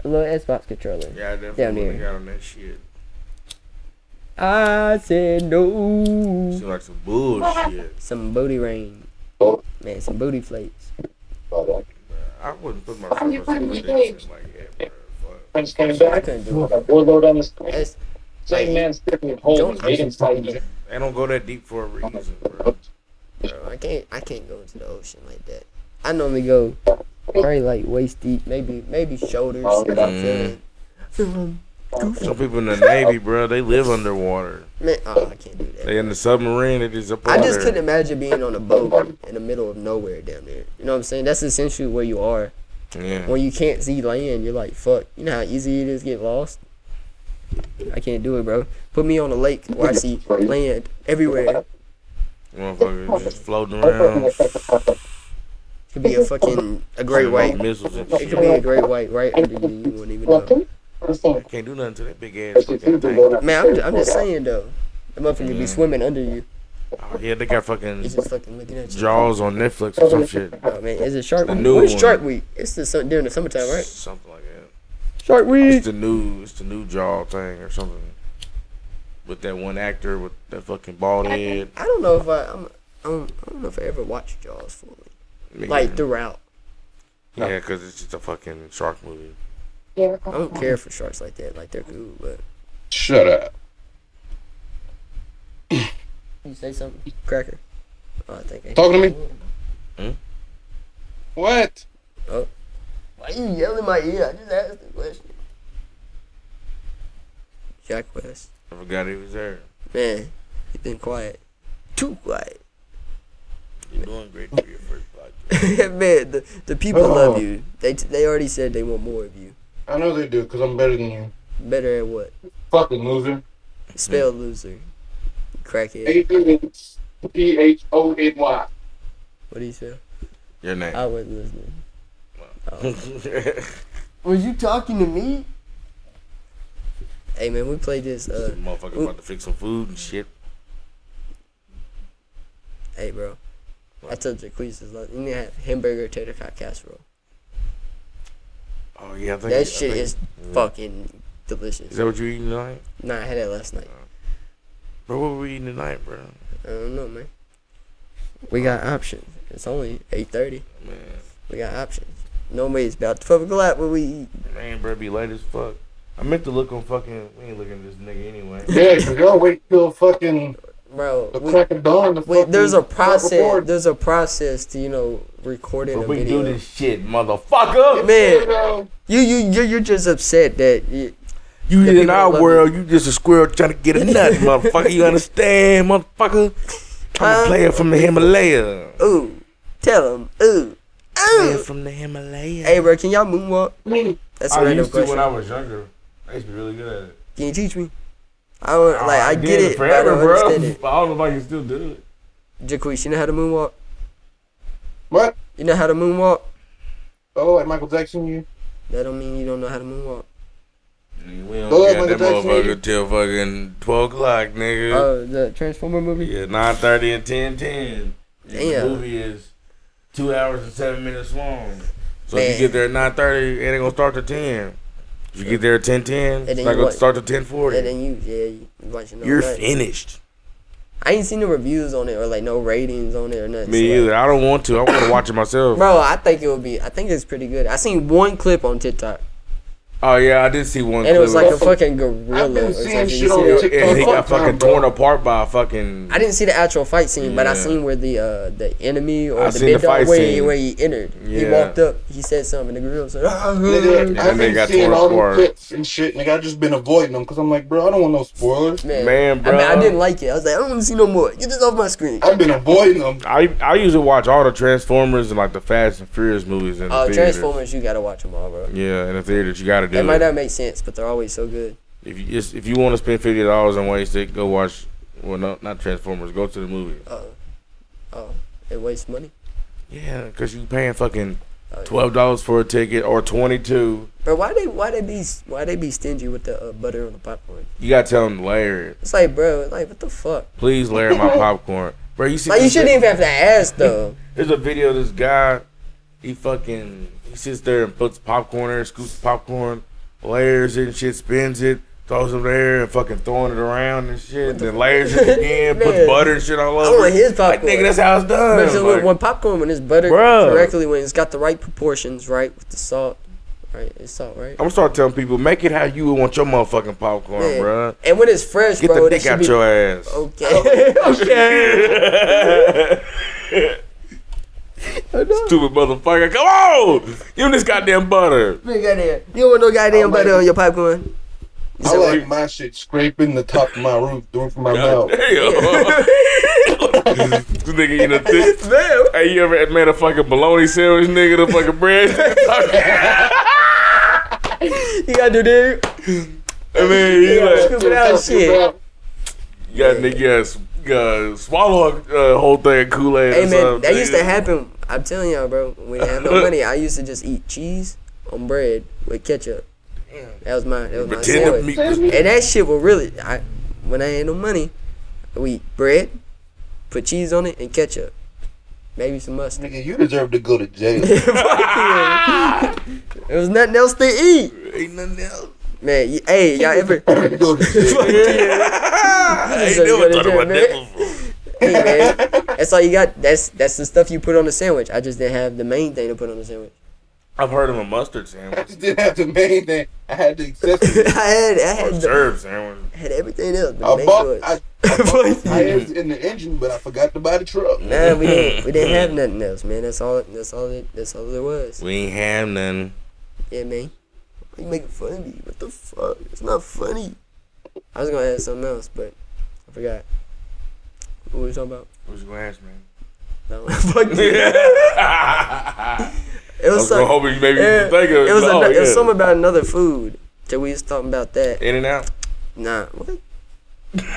Speaker 2: A little Xbox controller.
Speaker 1: Yeah, I
Speaker 2: Down
Speaker 1: definitely would've
Speaker 2: here.
Speaker 1: got on that shit.
Speaker 2: I said no.
Speaker 1: Seems like some bullshit.
Speaker 2: Some booty rain. Man, some booty flakes.
Speaker 1: I wouldn't put myself in a situation like that, bro. Fuck.
Speaker 4: Prince came
Speaker 2: I
Speaker 4: back.
Speaker 2: couldn't do it.
Speaker 4: Warlord on the screen.
Speaker 2: That's,
Speaker 4: Same man sticking and holding. They didn't fight each other.
Speaker 1: They don't go that deep for a reason, bro.
Speaker 2: bro, I can't. I can't go into the ocean like that. I normally go probably like waist deep, maybe maybe shoulders. If I'm feeling, feeling goofy.
Speaker 1: Some people in the Navy, bro, they live underwater.
Speaker 2: Man, oh, I can't do that.
Speaker 1: They in the submarine. They just up
Speaker 2: I
Speaker 1: under.
Speaker 2: just couldn't imagine being on a boat in the middle of nowhere down there. You know what I'm saying? That's essentially where you are.
Speaker 1: Yeah.
Speaker 2: When you can't see land, you're like, fuck. You know how easy it is to get lost? I can't do it, bro. Put me on a lake where I see land everywhere.
Speaker 1: Motherfucker just floating around.
Speaker 2: It could be a fucking a great
Speaker 1: shooting
Speaker 2: white.
Speaker 1: off Missiles and
Speaker 2: It could be a
Speaker 1: shit.
Speaker 2: great white right under you. You won't even know.
Speaker 1: Can't do nothing to that big ass fucking tank.
Speaker 2: Man, I'm, I'm just saying though. That motherfucker could be swimming under you.
Speaker 1: Oh, yeah, they got fucking
Speaker 2: It's just fucking looking at you.
Speaker 1: Jaws on Netflix or some shit.
Speaker 2: Oh man, is it shark
Speaker 1: The
Speaker 2: week?
Speaker 1: new
Speaker 2: When's
Speaker 1: one.
Speaker 2: shark week? It's the sun during the summertime, right?
Speaker 1: Something like that.
Speaker 2: Shark week.
Speaker 1: It's the new, it's the new Jaw thing or something. With that one actor with that fucking bald head.
Speaker 2: I don't know if I, I'm, I don't, I don't know if I ever watched Jaws fully, like throughout.
Speaker 1: yeah, because it's just a fucking shark movie.
Speaker 2: I don't care for sharks like that. Like they're cool, but
Speaker 3: Shut up.
Speaker 2: you say something, Cracker. Oh, I think I
Speaker 3: Talking to me?
Speaker 1: Hmm?
Speaker 3: What?
Speaker 2: Why you yelling in my ear? I just asked the question. Jack West.
Speaker 1: I forgot he was there.
Speaker 2: Man, you've been quiet. Too quiet.
Speaker 1: You're doing great for your first podcast.
Speaker 2: Man, the, the people
Speaker 3: Oh.
Speaker 2: love you. They t- they already said they want more of you.
Speaker 3: I know they do because I'm better than you.
Speaker 2: Better at what?
Speaker 3: Fucking loser.
Speaker 2: Spell loser. Crackhead.
Speaker 4: A P H O N Y.
Speaker 2: What do you spell?
Speaker 1: Your name.
Speaker 2: I wasn't listening.
Speaker 1: Motherfucker
Speaker 2: Was you talking to me? Hey man, we played this. Uh,
Speaker 1: about to fix some food and shit.
Speaker 2: hey bro, I told Jacquees this. lunch- You need to have hamburger tater tot casserole.
Speaker 1: Oh yeah, I think I
Speaker 2: That shit
Speaker 1: think-
Speaker 2: is fucking delicious.
Speaker 1: Is that what you eating tonight?
Speaker 2: Nah, I had that last night.
Speaker 1: Bro, what were we eating tonight, bro?
Speaker 2: I don't know, man. We got options. It's only eight thirty.
Speaker 1: Man,
Speaker 2: We got options. Normally it's about twelve o'clock when we eat.
Speaker 1: man, bro, be late as fuck. I meant to look on fucking. We ain't looking at this nigga anyway.
Speaker 3: Yeah, you y'all wait till fucking
Speaker 2: Bro,
Speaker 3: the
Speaker 2: we-
Speaker 3: crack of dawn. to
Speaker 2: wait, there's a
Speaker 3: fucking start
Speaker 2: process.
Speaker 3: recording.
Speaker 2: There's a process to you know recording
Speaker 1: But
Speaker 2: a
Speaker 1: we do
Speaker 2: video.
Speaker 1: this shit, motherfucker.
Speaker 2: Man,
Speaker 3: Yo,
Speaker 2: you you you're, you're just upset that you,
Speaker 1: You
Speaker 2: The
Speaker 1: in
Speaker 2: people
Speaker 1: our
Speaker 2: love
Speaker 1: world, you just a squirrel trying to get a nut, motherfucker. You understand, motherfucker? I'm
Speaker 2: Huh?
Speaker 1: a player from the Himalaya.
Speaker 2: ooh, tell them ooh,
Speaker 1: Player
Speaker 2: ooh.
Speaker 1: from the Himalaya.
Speaker 2: Hey, bro, can y'all moonwalk? That's a
Speaker 1: I
Speaker 2: random
Speaker 1: used to when
Speaker 2: question.
Speaker 1: I was younger. I used to be really good at it.
Speaker 2: Can you teach me? I don't like. I,
Speaker 1: did
Speaker 2: get it, but I
Speaker 1: forever,
Speaker 2: don't
Speaker 1: bro.
Speaker 2: understand it.
Speaker 1: I don't know if I can still do it.
Speaker 2: Jacquees, you know how to moonwalk?
Speaker 3: What?
Speaker 2: You know how to moonwalk?
Speaker 3: Oh, like Michael Jackson, you?
Speaker 2: That don't mean you don't know how to moonwalk.
Speaker 1: We don't
Speaker 3: Go
Speaker 1: get
Speaker 3: ahead, Michael
Speaker 1: that
Speaker 3: Jackson.
Speaker 1: motherfucker till fucking 12 o'clock, nigga.
Speaker 2: Oh, the Transformer movie.
Speaker 1: yeah, 9.30 and 10.10. The
Speaker 2: Damn.
Speaker 1: movie is two hours and seven minutes long. So if
Speaker 2: Man.
Speaker 1: you get there at 9.30, it ain't going to start to 10. If you get there at 10.10,
Speaker 2: then
Speaker 1: it's
Speaker 2: you
Speaker 1: not going
Speaker 2: what?
Speaker 1: to start to
Speaker 2: And
Speaker 1: 10.40.
Speaker 2: then you, yeah, you watching all
Speaker 1: You're
Speaker 2: that.
Speaker 1: finished.
Speaker 2: I ain't seen no reviews on it or like no ratings on it or nothing.
Speaker 1: Me
Speaker 2: so, like,
Speaker 1: either. I don't want to. I want to watch it myself.
Speaker 2: Bro, I think it would be. I think it's pretty good. I seen one clip on TikTok,
Speaker 1: Oh, yeah, I did see one
Speaker 2: and it was
Speaker 1: clip.
Speaker 2: like a fucking gorilla.
Speaker 3: I've been
Speaker 2: or something.
Speaker 3: seeing
Speaker 2: You
Speaker 3: shit
Speaker 2: see
Speaker 3: on
Speaker 2: that?
Speaker 3: TikTok.
Speaker 1: and he got
Speaker 3: Fuck time,
Speaker 1: fucking
Speaker 3: bro.
Speaker 1: torn apart by a fucking.
Speaker 2: I didn't see the actual fight scene, but I
Speaker 1: Yeah.
Speaker 2: seen where the uh, the enemy or
Speaker 1: I
Speaker 2: the
Speaker 1: seen
Speaker 2: big
Speaker 1: the
Speaker 2: dog
Speaker 1: fight
Speaker 2: where he,
Speaker 1: scene.
Speaker 2: where he entered. He
Speaker 1: Yeah.
Speaker 2: walked up, he said "Ah, something, and the gorilla was like,
Speaker 3: Nigga,
Speaker 1: Yeah,
Speaker 3: I've
Speaker 1: they got
Speaker 3: been seeing
Speaker 1: torn
Speaker 3: all the
Speaker 1: apart.
Speaker 3: clips and shit, nigga. I just been avoiding them because I'm like, bro, I don't want no spoilers.
Speaker 2: man,
Speaker 1: Man,
Speaker 2: I, mean, I
Speaker 1: bro.
Speaker 2: didn't like it. I was like, I don't want to see no more. Get this off my screen.
Speaker 3: I've been avoiding them.
Speaker 1: I I usually watch all the Transformers and like the Fast and Furious movies in the
Speaker 2: Uh,
Speaker 1: theater.
Speaker 2: Transformers, you gotta watch them all, bro.
Speaker 1: Yeah, in the theaters, you gotta do
Speaker 2: They
Speaker 1: it.
Speaker 2: might not make sense, but they're always so good.
Speaker 1: If you just if you want to spend fifty dollars and waste it, go watch. Well, no, not Transformers. Go to the movie.
Speaker 2: Oh, it wastes money.
Speaker 1: Yeah, because you paying fucking
Speaker 2: Oh, yeah.
Speaker 1: twelve dollars for a ticket or twenty two.
Speaker 2: But why they why they be why they be stingy with the uh, butter on the popcorn?
Speaker 1: You gotta tell them to layer it.
Speaker 2: It's like, bro, like what the fuck?
Speaker 1: Please layer my popcorn, bro. You see,
Speaker 2: Like you
Speaker 1: this-
Speaker 2: shouldn't even have to ask though.
Speaker 1: There's a video of this guy. He fucking he sits there and puts popcorn there, scoops popcorn, layers it and shit, spins it, throws it there and fucking throwing it around and shit. Then layers it again,
Speaker 2: Man.
Speaker 1: puts butter and shit all
Speaker 2: I
Speaker 1: over.
Speaker 2: want his
Speaker 1: Like
Speaker 2: popcorn.
Speaker 1: nigga, that's how it's done.
Speaker 2: But it's just
Speaker 1: Like,
Speaker 2: when, when popcorn when it's buttered
Speaker 1: Bruh.
Speaker 2: correctly, when it's got the right proportions, right with the salt, right, it's salt, right.
Speaker 1: I'm gonna start telling people, make it how you would want your motherfucking popcorn,
Speaker 2: Yeah.
Speaker 1: bruh.
Speaker 2: And when it's fresh,
Speaker 1: Get
Speaker 2: bro,
Speaker 1: the
Speaker 2: that
Speaker 1: dick
Speaker 2: should
Speaker 1: out
Speaker 2: be Oh.
Speaker 1: your ass.
Speaker 2: okay.
Speaker 1: Stupid motherfucker, come on! Give me this goddamn butter.
Speaker 2: Look at that. you don't want no goddamn
Speaker 1: Oh
Speaker 3: I'm
Speaker 2: butter
Speaker 3: like-
Speaker 2: on your popcorn.
Speaker 3: I like my shit scraping the top of my roof, the roof of my
Speaker 1: God
Speaker 3: mouth.
Speaker 1: damn. this nigga eating a thick. Hey, you ever made a fucking bologna sandwich, nigga? The fucking bread.
Speaker 2: You gotta do this.
Speaker 1: I mean, you like,
Speaker 2: Scoop it out, shit.
Speaker 1: you got nigga, you gotta, you gotta swallow a uh, whole thing of Kool Aid.
Speaker 2: Hey man, that used to happen. I'm telling y'all, bro. When I had no money, I used to just eat cheese on bread with ketchup. That was my that was my
Speaker 1: Pretend the meat was
Speaker 2: sandwich. And that shit will really. I when I had no money, we eat bread, put cheese on it, and ketchup, maybe some mustard.
Speaker 3: Nigga, you deserve to go to jail.
Speaker 2: There was nothing else to eat,
Speaker 1: ain't nothing else.
Speaker 2: man. y- Hey, y'all ever?
Speaker 3: go to jail.
Speaker 1: I ain't
Speaker 2: deserve
Speaker 1: never
Speaker 2: to go
Speaker 1: thought
Speaker 2: to
Speaker 1: about
Speaker 2: jail,
Speaker 1: that before.
Speaker 2: hey man, that's all you got. That's that's the stuff you put on the sandwich. I just didn't have the main thing to put on the sandwich.
Speaker 1: I've heard of a mustard
Speaker 4: I
Speaker 1: sandwich
Speaker 4: just didn't have the main thing. I had the accessory.
Speaker 2: I had, I
Speaker 1: or
Speaker 2: had, the,
Speaker 1: herb sandwich.
Speaker 2: had everything else. But
Speaker 3: I
Speaker 2: main
Speaker 3: bought.
Speaker 2: course.
Speaker 3: I, I bought
Speaker 2: Fuck you.
Speaker 3: tires in the engine, but I forgot to buy the truck.
Speaker 2: Nah, we didn't, we didn't have nothing else, man. That's all. That's all. It, that's all there was.
Speaker 1: We ain't have none.
Speaker 2: Yeah, man. Why you making fun of me? What the fuck? It's not funny. I was gonna add something else, but I forgot. What were we talking about?
Speaker 1: What you gonna ask, man?
Speaker 2: No, fuck you.
Speaker 1: I
Speaker 2: It was
Speaker 1: was gonna
Speaker 2: something.
Speaker 1: hope you maybe
Speaker 2: Yeah,
Speaker 1: you think of
Speaker 2: It was,
Speaker 1: Oh,
Speaker 2: ano- it was
Speaker 1: yeah.
Speaker 2: something about another food. So we was talking about that.
Speaker 1: In and out.
Speaker 2: Nah, what?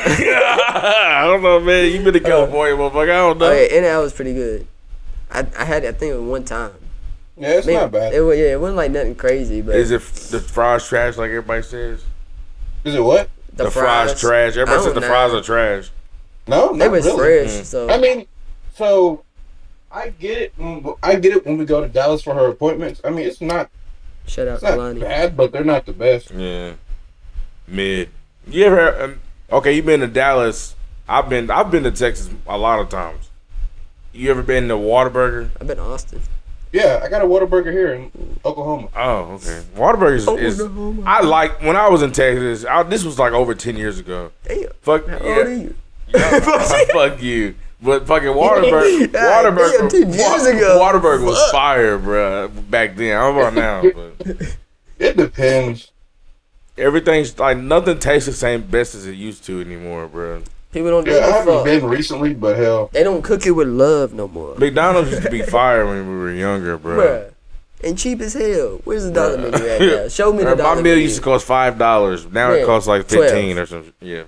Speaker 1: I don't know, man. You been
Speaker 2: Uh,
Speaker 1: to California, motherfucker. I don't know.
Speaker 2: Oh yeah, In and Out was pretty good. I I had it, I think it was one time.
Speaker 3: Yeah, it's
Speaker 2: Maybe-
Speaker 3: not bad.
Speaker 2: It was yeah, it wasn't like nothing crazy, but
Speaker 1: Is it f- the fries trash like everybody says?
Speaker 3: Is it what?
Speaker 1: The, fries. trash. Everybody
Speaker 2: I
Speaker 1: says
Speaker 2: don't
Speaker 1: the
Speaker 2: know.
Speaker 1: fries are trash.
Speaker 3: No,
Speaker 2: They
Speaker 3: not
Speaker 2: was
Speaker 3: really.
Speaker 2: fresh,
Speaker 1: Mm.
Speaker 2: so
Speaker 3: I mean, so I get it. when- I get it when we go to Dallas for her appointments. I mean, it's not
Speaker 2: shout out
Speaker 3: it's
Speaker 2: to
Speaker 3: not
Speaker 2: Lonnie.
Speaker 3: bad, but they're not the best.
Speaker 1: Yeah. Mid. You ever? Um, okay, you've been to Dallas. I've been. I've been to Texas a lot of times. You ever been to Waterburger?
Speaker 2: I've been to Austin.
Speaker 3: Yeah, I got a Whataburger here in Oklahoma.
Speaker 1: Oh, okay. Waterburger is. is- I like when I was in Texas. I, this was like over ten years ago.
Speaker 2: Damn.
Speaker 1: Fuck
Speaker 2: How old are
Speaker 1: yeah.
Speaker 2: you?
Speaker 1: Yeah, fuck you. But fucking Waterburg,
Speaker 2: God damn,
Speaker 1: Waterburg,
Speaker 2: two years ago.
Speaker 1: Waterburg was
Speaker 2: Fuck.
Speaker 1: fire, bro. Back then, I don't know about now, but
Speaker 3: It depends.
Speaker 1: everything's like nothing tastes the same best as it used to anymore, bro.
Speaker 2: People don't do
Speaker 3: Yeah, I
Speaker 2: that.
Speaker 3: haven't
Speaker 2: fuck.
Speaker 3: been recently, but hell,
Speaker 2: They don't cook it with love no more.
Speaker 1: McDonald's used to be fire when we were younger, bro.
Speaker 2: Bruh. And cheap as hell. Where's the dollar menu at now? Show me the
Speaker 1: Bruh,
Speaker 2: dollar
Speaker 1: my meal
Speaker 2: menu.
Speaker 1: used to cost five dollars. Now
Speaker 2: Yeah,
Speaker 1: it costs like
Speaker 2: 12.
Speaker 1: fifteen or something. Yeah.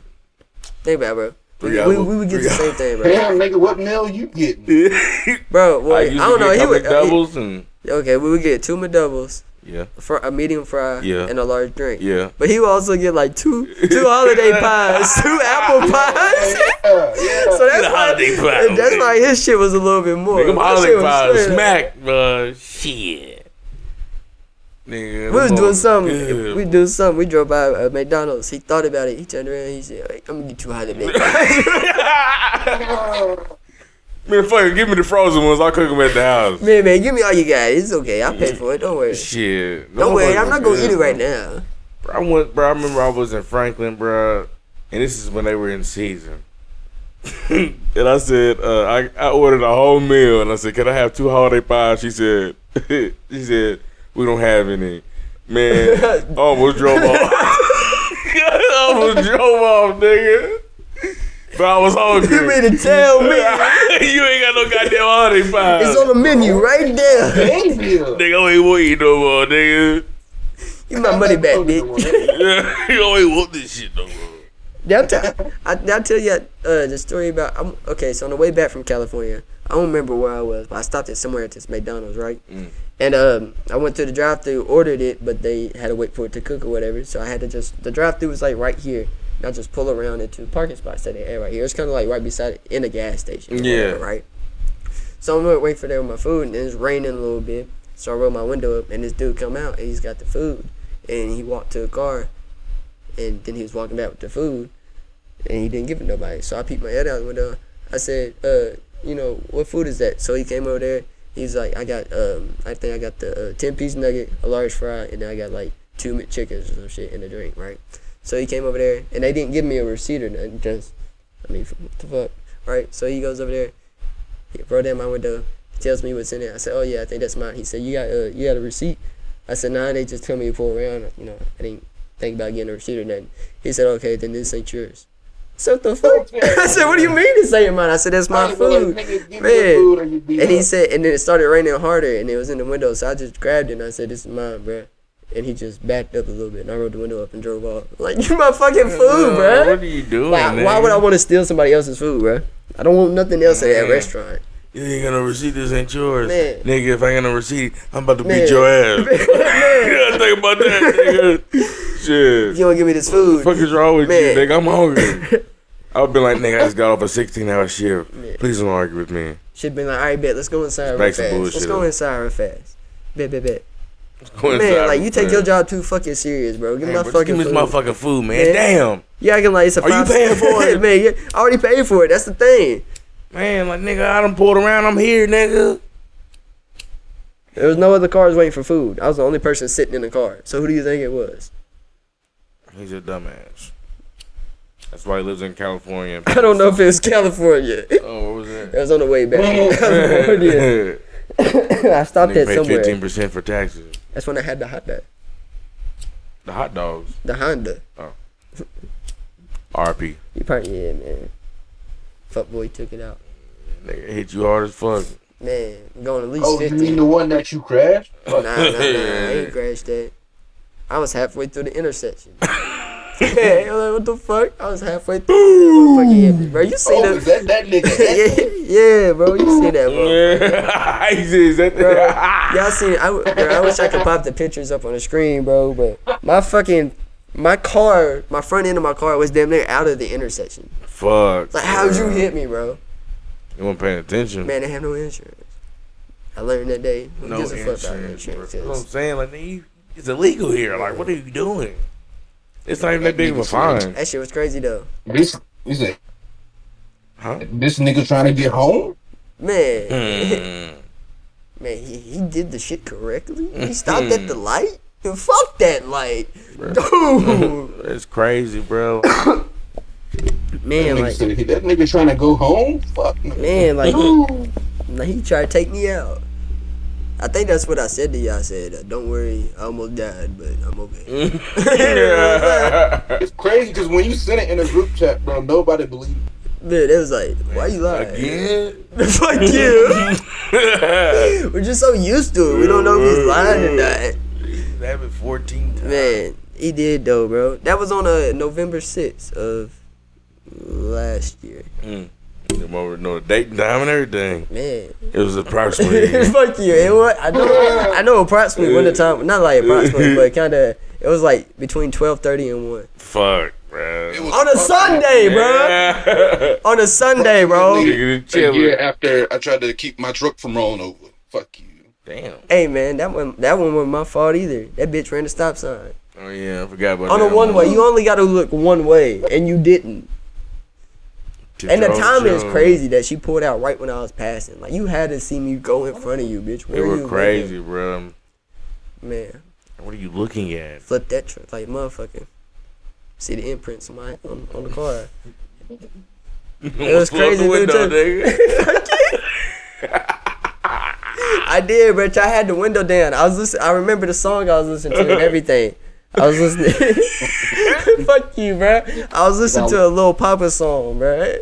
Speaker 2: Think about it, bro.
Speaker 1: Three
Speaker 2: We, we,
Speaker 1: hours.
Speaker 2: we would get the
Speaker 1: Three
Speaker 2: same thing, bro.
Speaker 3: damn nigga, what meal you getting?
Speaker 1: I
Speaker 2: Bro, well, I,
Speaker 1: used to
Speaker 2: don't know.
Speaker 1: get
Speaker 2: He
Speaker 1: a
Speaker 2: would,
Speaker 1: McDoubles and
Speaker 2: okay, we would get two McDoubles,
Speaker 1: yeah,
Speaker 2: for a medium fry,
Speaker 1: Yeah.
Speaker 2: and a large drink.
Speaker 1: yeah.
Speaker 2: But he would also get like two two holiday pies, two apple pies.
Speaker 3: Yeah, yeah.
Speaker 2: so that's
Speaker 1: The
Speaker 2: why
Speaker 1: holiday pie,
Speaker 2: that's
Speaker 1: okay.
Speaker 2: why his shit was a little bit more.
Speaker 1: Nigga, them
Speaker 2: My
Speaker 1: holiday
Speaker 2: shit was
Speaker 1: pies,
Speaker 2: straight up-
Speaker 1: smack, bro. Shit. Nigga,
Speaker 2: We was
Speaker 1: them
Speaker 2: doing
Speaker 1: motherfuckers
Speaker 2: something.
Speaker 1: good,
Speaker 2: We doing something. We drove by uh, McDonald's. He thought about it. He turned around. He said, hey, "I'm gonna get you holiday pies."
Speaker 1: Man, fuck it, give me the frozen ones. I'll cook them at the house.
Speaker 2: man, man, give me all you got. It's okay. I'll pay for it. Don't worry.
Speaker 1: Shit.
Speaker 2: Don't worry. I'm not gonna
Speaker 1: Motherfuckers
Speaker 2: eat it
Speaker 1: good,
Speaker 2: right
Speaker 1: bro.
Speaker 2: now.
Speaker 1: Bro, I went, bro. I remember I was in Franklin, bro, and this is when they were in season. and I said, uh, I, I ordered a whole meal, and I said, "Can I have two holiday pies?" She said, "She said we don't have any." Man, I almost drove off. I almost drove off, nigga. But I was hungry.
Speaker 2: You mean to tell me
Speaker 1: you ain't got no goddamn holiday pies.
Speaker 2: it's on the menu right there?
Speaker 3: Dang deal.
Speaker 1: Nigga, I ain't want to eat no more, nigga.
Speaker 2: Give my money back, bitch.
Speaker 1: Yeah, you don't even want this shit no more.
Speaker 2: Did I tell, I, did I tell you uh, the story about? I'm, okay, so on the way back from California, I don't remember where I was, but I stopped at somewhere at this McDonald's, right? And um, I went through the drive-through, ordered it, but they had to wait for it to cook or whatever. So I had to just the drive-through was like right here, and I just pull around into the parking spots that they had right here. It's kind of like right beside it in the gas station. or
Speaker 1: Yeah.
Speaker 2: whatever, right. So I'm gonna wait for there with my food, and it's raining a little bit. So I roll my window up, and this dude come out, and he's got the food, and he walked to a car, and then he was walking back with the food, and he didn't give it to nobody. So I peeped my head out the window. I said, uh, you know, what food is that? So he came over there. He's like, I got, um, I think I got the uh, ten piece nugget, a large fry, and then I got like two McChickens or some shit and a drink, right? So he came over there, and they didn't give me a receipt or nothing. Just, I mean, what the fuck, right? So he goes over there, he rolled down my window, tells me what's in it. I said, oh yeah, I think that's mine. He said, you got, uh, you got a receipt? I said, nah, they just tell me to pull around. You know, I didn't think about getting a receipt or nothing. He said, okay, then this ain't yours. So what the fuck? I said, what do you mean this ain't mine? I said, that's my food. Man. And he said, and then it started raining harder, and it was in the window, so I just grabbed it and I said, "This is mine, bruh." And he just backed up a little bit, and I rolled the window up and drove off. Like you, my fucking food,
Speaker 1: What
Speaker 2: bruh.
Speaker 1: are you doing?
Speaker 2: Like, why
Speaker 1: nigga?
Speaker 2: would I want to steal somebody else's food, bruh? I don't want nothing else at that
Speaker 1: Man.
Speaker 2: restaurant.
Speaker 1: You ain't gonna receipt. This ain't yours,
Speaker 2: Man.
Speaker 1: nigga. If I ain't gonna receipt, I'm about to
Speaker 2: Man.
Speaker 1: beat your ass.
Speaker 2: Man.
Speaker 1: yeah, think about that, nigga.
Speaker 2: If
Speaker 1: Shit.
Speaker 2: you don't give me this food,
Speaker 1: Fuck is wrong with
Speaker 2: Man.
Speaker 1: you, nigga? I'm hungry. I've been like, nigga, I just got off a 16 hour shift. Please don't argue with me.
Speaker 2: should been like, "All right, bet, let's go inside real
Speaker 1: Make some
Speaker 2: fast. Let's
Speaker 1: bullshit
Speaker 2: go
Speaker 1: up."
Speaker 2: inside real fast." Bet, bet, bet.
Speaker 1: Go
Speaker 2: Man,
Speaker 1: inside,
Speaker 2: like you take
Speaker 1: man.
Speaker 2: your job too fucking serious, bro. Give me
Speaker 1: Man,
Speaker 2: my
Speaker 1: bro, just
Speaker 2: fucking
Speaker 1: give me
Speaker 2: food.
Speaker 1: this motherfucking food, man.
Speaker 2: Man.
Speaker 1: Damn,
Speaker 2: You acting like it's a
Speaker 1: Are you
Speaker 2: five-
Speaker 1: paying for it?
Speaker 2: man, yeah, I already paid for it. That's the thing.
Speaker 1: man. Like, nigga, I done pulled around. I'm here, nigga.
Speaker 2: There was no other cars waiting for food. I was the only person sitting in the car. So who do you think it was?
Speaker 1: He's a dumbass. That's why he lives in California.
Speaker 2: I don't know if it was California. It
Speaker 1: Oh, what was that?
Speaker 2: was on the way back. I, was born here. I stopped
Speaker 1: Nigga
Speaker 2: at
Speaker 1: paid
Speaker 2: somewhere.
Speaker 1: fifteen percent for taxes.
Speaker 2: That's when I had the Honda.
Speaker 1: The hot dogs.
Speaker 2: The Honda.
Speaker 1: RP.
Speaker 2: You probably yeah, man. Fuckboy took it out.
Speaker 1: Nigga hit you hard as fuck.
Speaker 2: Man, going at least
Speaker 4: Oh, you
Speaker 2: 50.
Speaker 4: mean the one that you crashed?
Speaker 2: Nah, nah, nah. I
Speaker 1: Yeah.
Speaker 2: ain't crashed that. I was halfway through the intersection. yeah, like, what the fuck? I was halfway through. Fucking hit me, bro. You see
Speaker 4: Oh, is
Speaker 2: that?
Speaker 4: that that nigga? That-
Speaker 2: yeah, yeah, bro. You see that, bro?
Speaker 1: Yeah. he says that
Speaker 2: Bro,
Speaker 1: thing.
Speaker 2: y'all seen it. I, w- bro, I wish I could pop the pictures up on the screen, bro. But my fucking, my car, my front end of my car was damn near out of the intersection.
Speaker 1: Fuck.
Speaker 2: Like, how'd you
Speaker 1: bro.
Speaker 2: hit me, bro?
Speaker 1: You weren't paying attention.
Speaker 2: Man, they have no insurance. I learned that day. Who
Speaker 1: no
Speaker 2: gives a
Speaker 1: insurance.
Speaker 2: fuck about
Speaker 1: bro.
Speaker 2: insurance?
Speaker 1: You know what I'm
Speaker 2: It's-
Speaker 1: saying? Like, nigga, you- it's illegal here. Like, what are you doing? It's not even that big of a fine.
Speaker 2: That shit was crazy though.
Speaker 4: This you say
Speaker 1: Huh?
Speaker 4: this nigga trying to get home?
Speaker 2: Man,
Speaker 1: Mm.
Speaker 2: man, he, he did the shit correctly. He stopped at the light. Fuck that light, dude.
Speaker 1: That's crazy, bro.
Speaker 2: man,
Speaker 4: Nigga
Speaker 2: like,
Speaker 4: said, "Hey, that nigga trying to go home? Fuck no.
Speaker 2: man, like, like, he tried to take me out. I think that's what I said to y'all. I said, uh, "Don't worry, I almost died, but I'm okay."
Speaker 1: Yeah.
Speaker 4: It's crazy because when you send it in a group chat, bro, nobody believes.
Speaker 2: Man, it was like, "Why you lying?"
Speaker 1: Again?
Speaker 2: Fuck you. We're just so used to it. We don't know if he's lying or not.
Speaker 1: That happened 14 times.
Speaker 2: Man, he did though, bro. That was on uh, November 6th of last year.
Speaker 1: Them over know the date and time and everything.
Speaker 2: Man,
Speaker 1: It was approximately.
Speaker 2: fuck you. It was, I know. I know approximately when the time. Not like approximately, but kind of. It was like between 12:30 and one
Speaker 1: fuck, bro.
Speaker 3: It was
Speaker 2: on a Sunday, bro.
Speaker 1: Yeah.
Speaker 2: On a Sunday, bro.
Speaker 1: Nigga,
Speaker 3: a year
Speaker 1: chilling.
Speaker 3: after I tried to keep my truck from rolling over. Fuck you.
Speaker 1: Damn.
Speaker 2: Hey man, that one that one wasn't my fault either. That bitch ran the stop sign
Speaker 1: Oh yeah, I forgot about
Speaker 2: on
Speaker 1: that
Speaker 2: a one way. You only got to look one way, and you didn't. And the
Speaker 1: Control
Speaker 2: timing is
Speaker 1: zone.
Speaker 2: crazy that she pulled out right when I was passing. Like you had to see me go in front of you, bitch.
Speaker 1: They
Speaker 2: Where you
Speaker 1: were
Speaker 2: looking?
Speaker 1: crazy, bro.
Speaker 2: man.
Speaker 1: What are you looking at?
Speaker 2: Flip that truck like motherfucker. See the imprints on my on, on the car. It was
Speaker 1: Close
Speaker 2: crazy,
Speaker 1: the
Speaker 2: dude,
Speaker 1: window,
Speaker 2: too.
Speaker 1: nigga.
Speaker 2: I did, bitch. I had the window down. I was listening. I remember the song I was listening to and everything. I was listening. Fuck you, bro. I was listening to a little Papa song, bro.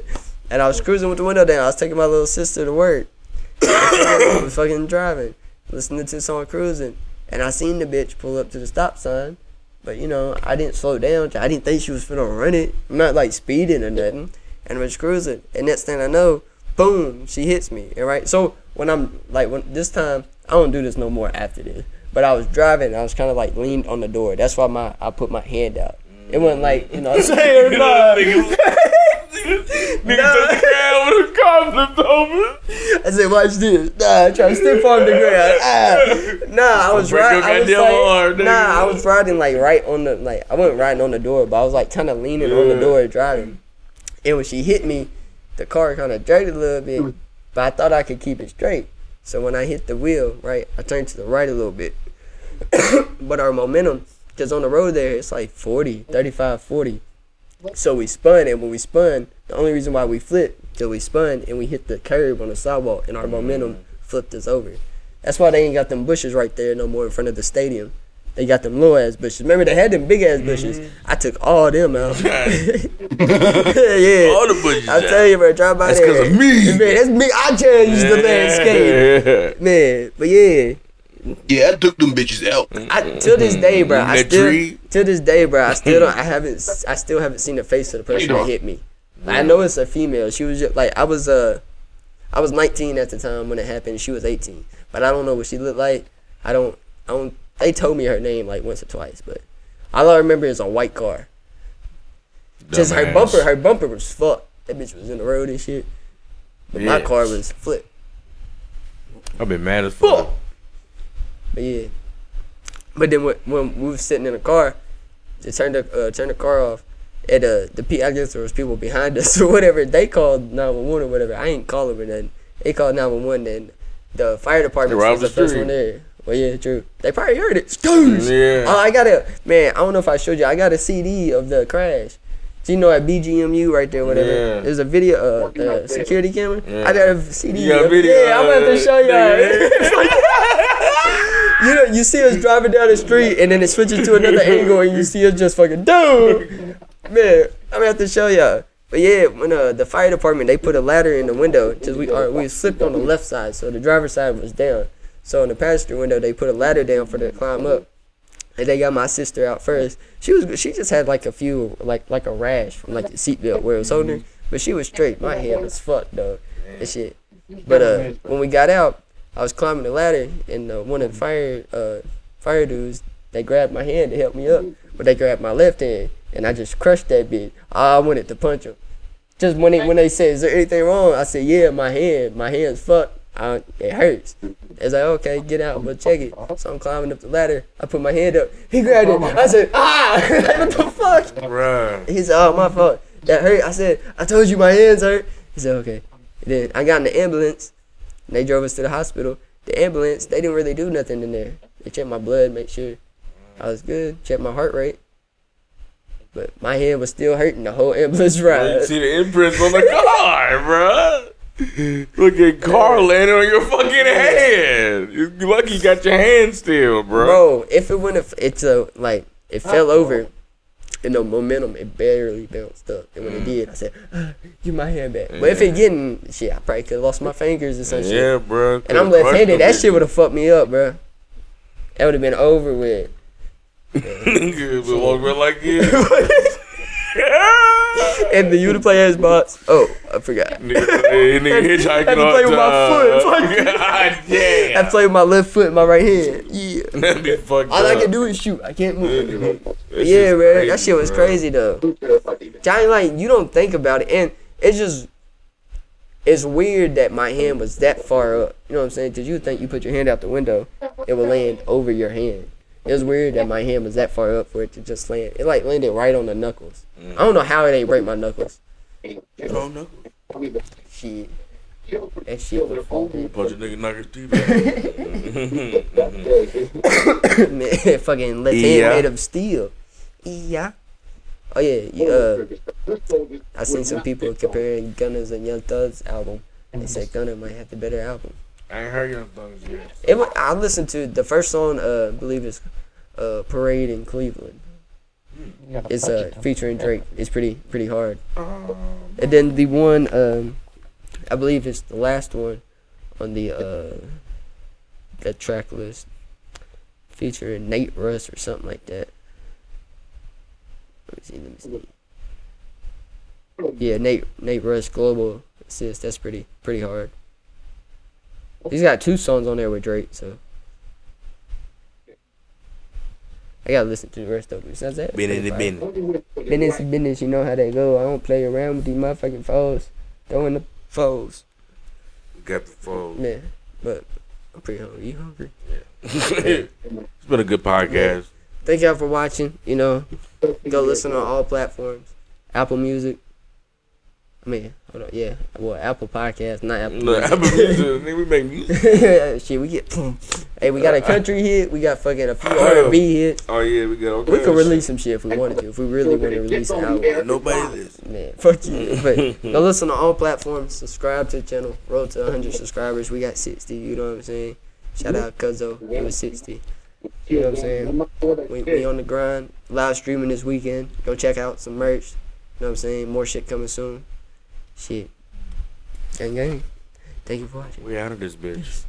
Speaker 2: And I was cruising with the window down. I was taking my little sister to work. I was fucking driving, listening to the song cruising, and I seen the bitch pull up to the stop sign. But you know, I didn't slow down. I didn't think she was finna run it. I'm not like speeding or nothing. And was cruising. And next thing I know, boom, she hits me. And right, so when I'm like, when this time I don't do this no more after this. But I was driving. and I was kind of like leaned on the door. That's why my I put my hand out. It wasn't like you know what I'm saying. nah.
Speaker 1: Nigga, nigga took the ground with a car flipped over.
Speaker 2: I said, watch this. Nah, I try to step on the ground. Ah. Nah, I was
Speaker 1: Break your
Speaker 2: riding. I was
Speaker 1: goddamn arm,
Speaker 2: like,
Speaker 1: nigga.
Speaker 2: nah, I was riding like right on the like I wasn't riding on the door, but I was like kind of leaning on the door driving. And when she hit me, the car kind of jerked a little bit, but I thought I could keep it straight. So when I hit the wheel, right, I turned to the right a little bit. but our momentum, because on the road there, it's like 40, 35, 40. So we spun, and when we spun, the only reason why we flipped, till we spun and we hit the curb on the sidewalk, and our momentum
Speaker 1: Mm.
Speaker 2: flipped us over. That's why they ain't got them bushes right there no more in front of the stadium. They got them little ass bushes. Remember they had them big ass bushes.
Speaker 1: Mm-hmm.
Speaker 2: I took all them out. yeah.
Speaker 1: All the bushes
Speaker 2: I
Speaker 1: out.
Speaker 2: tell you, bro, drive by
Speaker 1: That's
Speaker 2: there.
Speaker 1: 'cause of me.
Speaker 2: Man, that's me. I changed the landscape,
Speaker 1: Yeah.
Speaker 2: man. But yeah,
Speaker 3: Yeah, I took them bitches out.
Speaker 2: I to this day, bro. I
Speaker 1: That
Speaker 2: still
Speaker 1: tree.
Speaker 2: to this day, bro. I still don't. I haven't. s- I still haven't seen the face of the person that
Speaker 3: don't.
Speaker 2: hit me. I know it's a female. She was just, like I was. Uh, I was 19 at the time when it happened. She was 18, but I don't know what she looked like. I don't. I don't. They told me her name like once or twice, but all I remember is a white car. Just her
Speaker 1: Dumbass.
Speaker 2: bumper. Her bumper was fucked. That bitch was in the road and shit. But my
Speaker 1: Bitch.
Speaker 2: car was flipped.
Speaker 1: I've been mad as fuck.
Speaker 2: But yeah. But then when, when we were sitting in the car, they turned the uh, turned the car off. And uh, the P, I guess there was people behind us or whatever. They called 911 or whatever. I ain't calling or nothing. They called 911 and the fire department
Speaker 1: They're
Speaker 2: was
Speaker 1: out
Speaker 2: the
Speaker 1: the
Speaker 2: first
Speaker 1: street.
Speaker 2: one there. Well, yeah, true. They probably heard it. Scoosh.
Speaker 1: Yeah.
Speaker 2: Oh, I got a man. I don't know if I showed you. I got a CD of the crash. So you know at BGMU right there, whatever.
Speaker 1: Yeah.
Speaker 2: There's a video of
Speaker 4: Working out
Speaker 2: the
Speaker 4: there.
Speaker 2: security camera.
Speaker 1: Yeah.
Speaker 2: I got a CD.
Speaker 1: You got a
Speaker 2: of-
Speaker 1: video
Speaker 2: Yeah, I'm
Speaker 1: of
Speaker 2: gonna have to
Speaker 1: it,
Speaker 2: show
Speaker 1: nigga.
Speaker 2: y'all. you know, you see us driving down the street and then it switches to another angle and you see us just fucking dude. Man, I'm gonna have to show y'all. But yeah, when uh, the fire department they put a ladder in the window because we are we slipped on the left side, so the driver's side was down. So in the passenger window they put a ladder down for them to climb up. And they got my sister out first. She was she just had like a few like like a rash from like the seatbelt where it was holding her, but she was straight. My hand was fucked dog and shit. But uh, when we got out, I was climbing the ladder and uh, one of the fire uh fire dudes they grabbed my hand to help me up, but they grabbed my left hand and I just crushed that bitch. I wanted to punch him. Just when they when they said, "Is there anything wrong?" I said, "Yeah, my hand, my hand's fucked. I, it hurts." It's like, "Okay, get out, but check it." So I'm climbing up the ladder. I put my hand up. He grabbed it. I said, "Ah, Like, what the fuck?"
Speaker 1: Bruh.
Speaker 2: He said, "Oh, my fault. That hurt." I said, "I told you my hands hurt." He said, "Okay." Then I got in the ambulance. And they drove us to the hospital. The ambulance, they didn't really do nothing in there. They checked my blood, make sure I was good, checked my heart rate. But my head was still hurting the whole ambulance
Speaker 1: You
Speaker 2: ride.
Speaker 1: see the imprints on the car, bruh. Look at car landing on your fucking head. You lucky you got your hand still, bro.
Speaker 2: Bro, if it wouldn't, have, it's a like it fell over, and the momentum it barely bounced up. And when it did, I said, ah, "Give my hand back." But if it getting shit, I probably could have lost my fingers or some
Speaker 1: yeah,
Speaker 2: shit.
Speaker 1: bro.
Speaker 2: And I'm left-handed. That shit would have fucked me up, bro. That would have been over with.
Speaker 1: Nigga, we walk around like this.
Speaker 2: And the you to play Xbox. Oh, I forgot.
Speaker 1: nigga, hey, nigga
Speaker 2: Had
Speaker 1: hitchhiking
Speaker 2: to
Speaker 1: all
Speaker 2: play
Speaker 1: the
Speaker 2: with my foot.
Speaker 1: time. God
Speaker 2: I
Speaker 1: damn.
Speaker 2: play with my left foot and my right hand. Yeah.
Speaker 1: That'd be fucked
Speaker 2: All I
Speaker 1: up.
Speaker 2: can do is shoot. I can't move.
Speaker 1: That
Speaker 2: yeah,
Speaker 1: shit's
Speaker 2: bro. that
Speaker 1: crazy,
Speaker 2: shit was
Speaker 1: bruh.
Speaker 2: crazy though. Giant like you don't think about it, and it's just it's weird that my hand was that far up. You know what I'm saying? Cause you think you put your hand out the window, it will land over your hand. It was weird that my hand was that far up for it to just land. It like landed right on the knuckles. I don't know how it ain't break my knuckles. Shit, that shit was folded.
Speaker 1: Punch a nigga, knock his teeth out.
Speaker 2: Man, fucking left hand
Speaker 1: Yeah.
Speaker 2: made of steel. Yeah. Oh yeah. You, uh, I seen some people comparing Gunna's and Young Thug's album. They said Gunna might have the better album.
Speaker 1: I ain't heard your thumbs yet.
Speaker 2: It, wa- I listened to the first song. Uh, I believe it's uh, "Parade in Cleveland." It's uh, featuring Drake. It's pretty pretty hard. And then the one, um, I believe it's the last one on the uh, the track list, featuring Nate Russ or something like that. Let me see. Let me see. Yeah, Nate Nate Russ Global Assist. That's pretty pretty hard. He's got two songs on there with Drake, so I gotta listen to the rest of it. Sounds that
Speaker 1: Been in the bin.
Speaker 2: business, is business. You know how that go. I don't play around with these motherfucking foes. Throwing the foes,
Speaker 1: Got the phone.
Speaker 2: man. But I'm pretty hungry. You hungry?
Speaker 1: it's been a good podcast.
Speaker 2: Thank y'all for watching. You know, go listen on all platforms. Apple Music. I mean, hold on. Yeah, well, Apple Podcast, not Apple.
Speaker 1: Look,
Speaker 2: Music.
Speaker 1: I'm a music. Nigga, we make music.
Speaker 2: Shit, we get. hey, we got a country hit. We got fucking a few R and B hits.
Speaker 1: Oh, yeah, we got okay.
Speaker 2: We could release some shit if we wanted to. If we really want to release an album.
Speaker 1: Nobody listen.
Speaker 2: Man, fuck you. But go listen to all platforms. Subscribe to the channel. Road to 100 subscribers. We got 60. You know what I'm saying? Shout out Cuzzo. He was 60. You know what I'm saying? We, we on the grind. Live streaming this weekend. Go check out some merch. You know what I'm saying? More shit coming soon. Shit. Gang gang. Thank you for watching.
Speaker 1: We out of this bitch.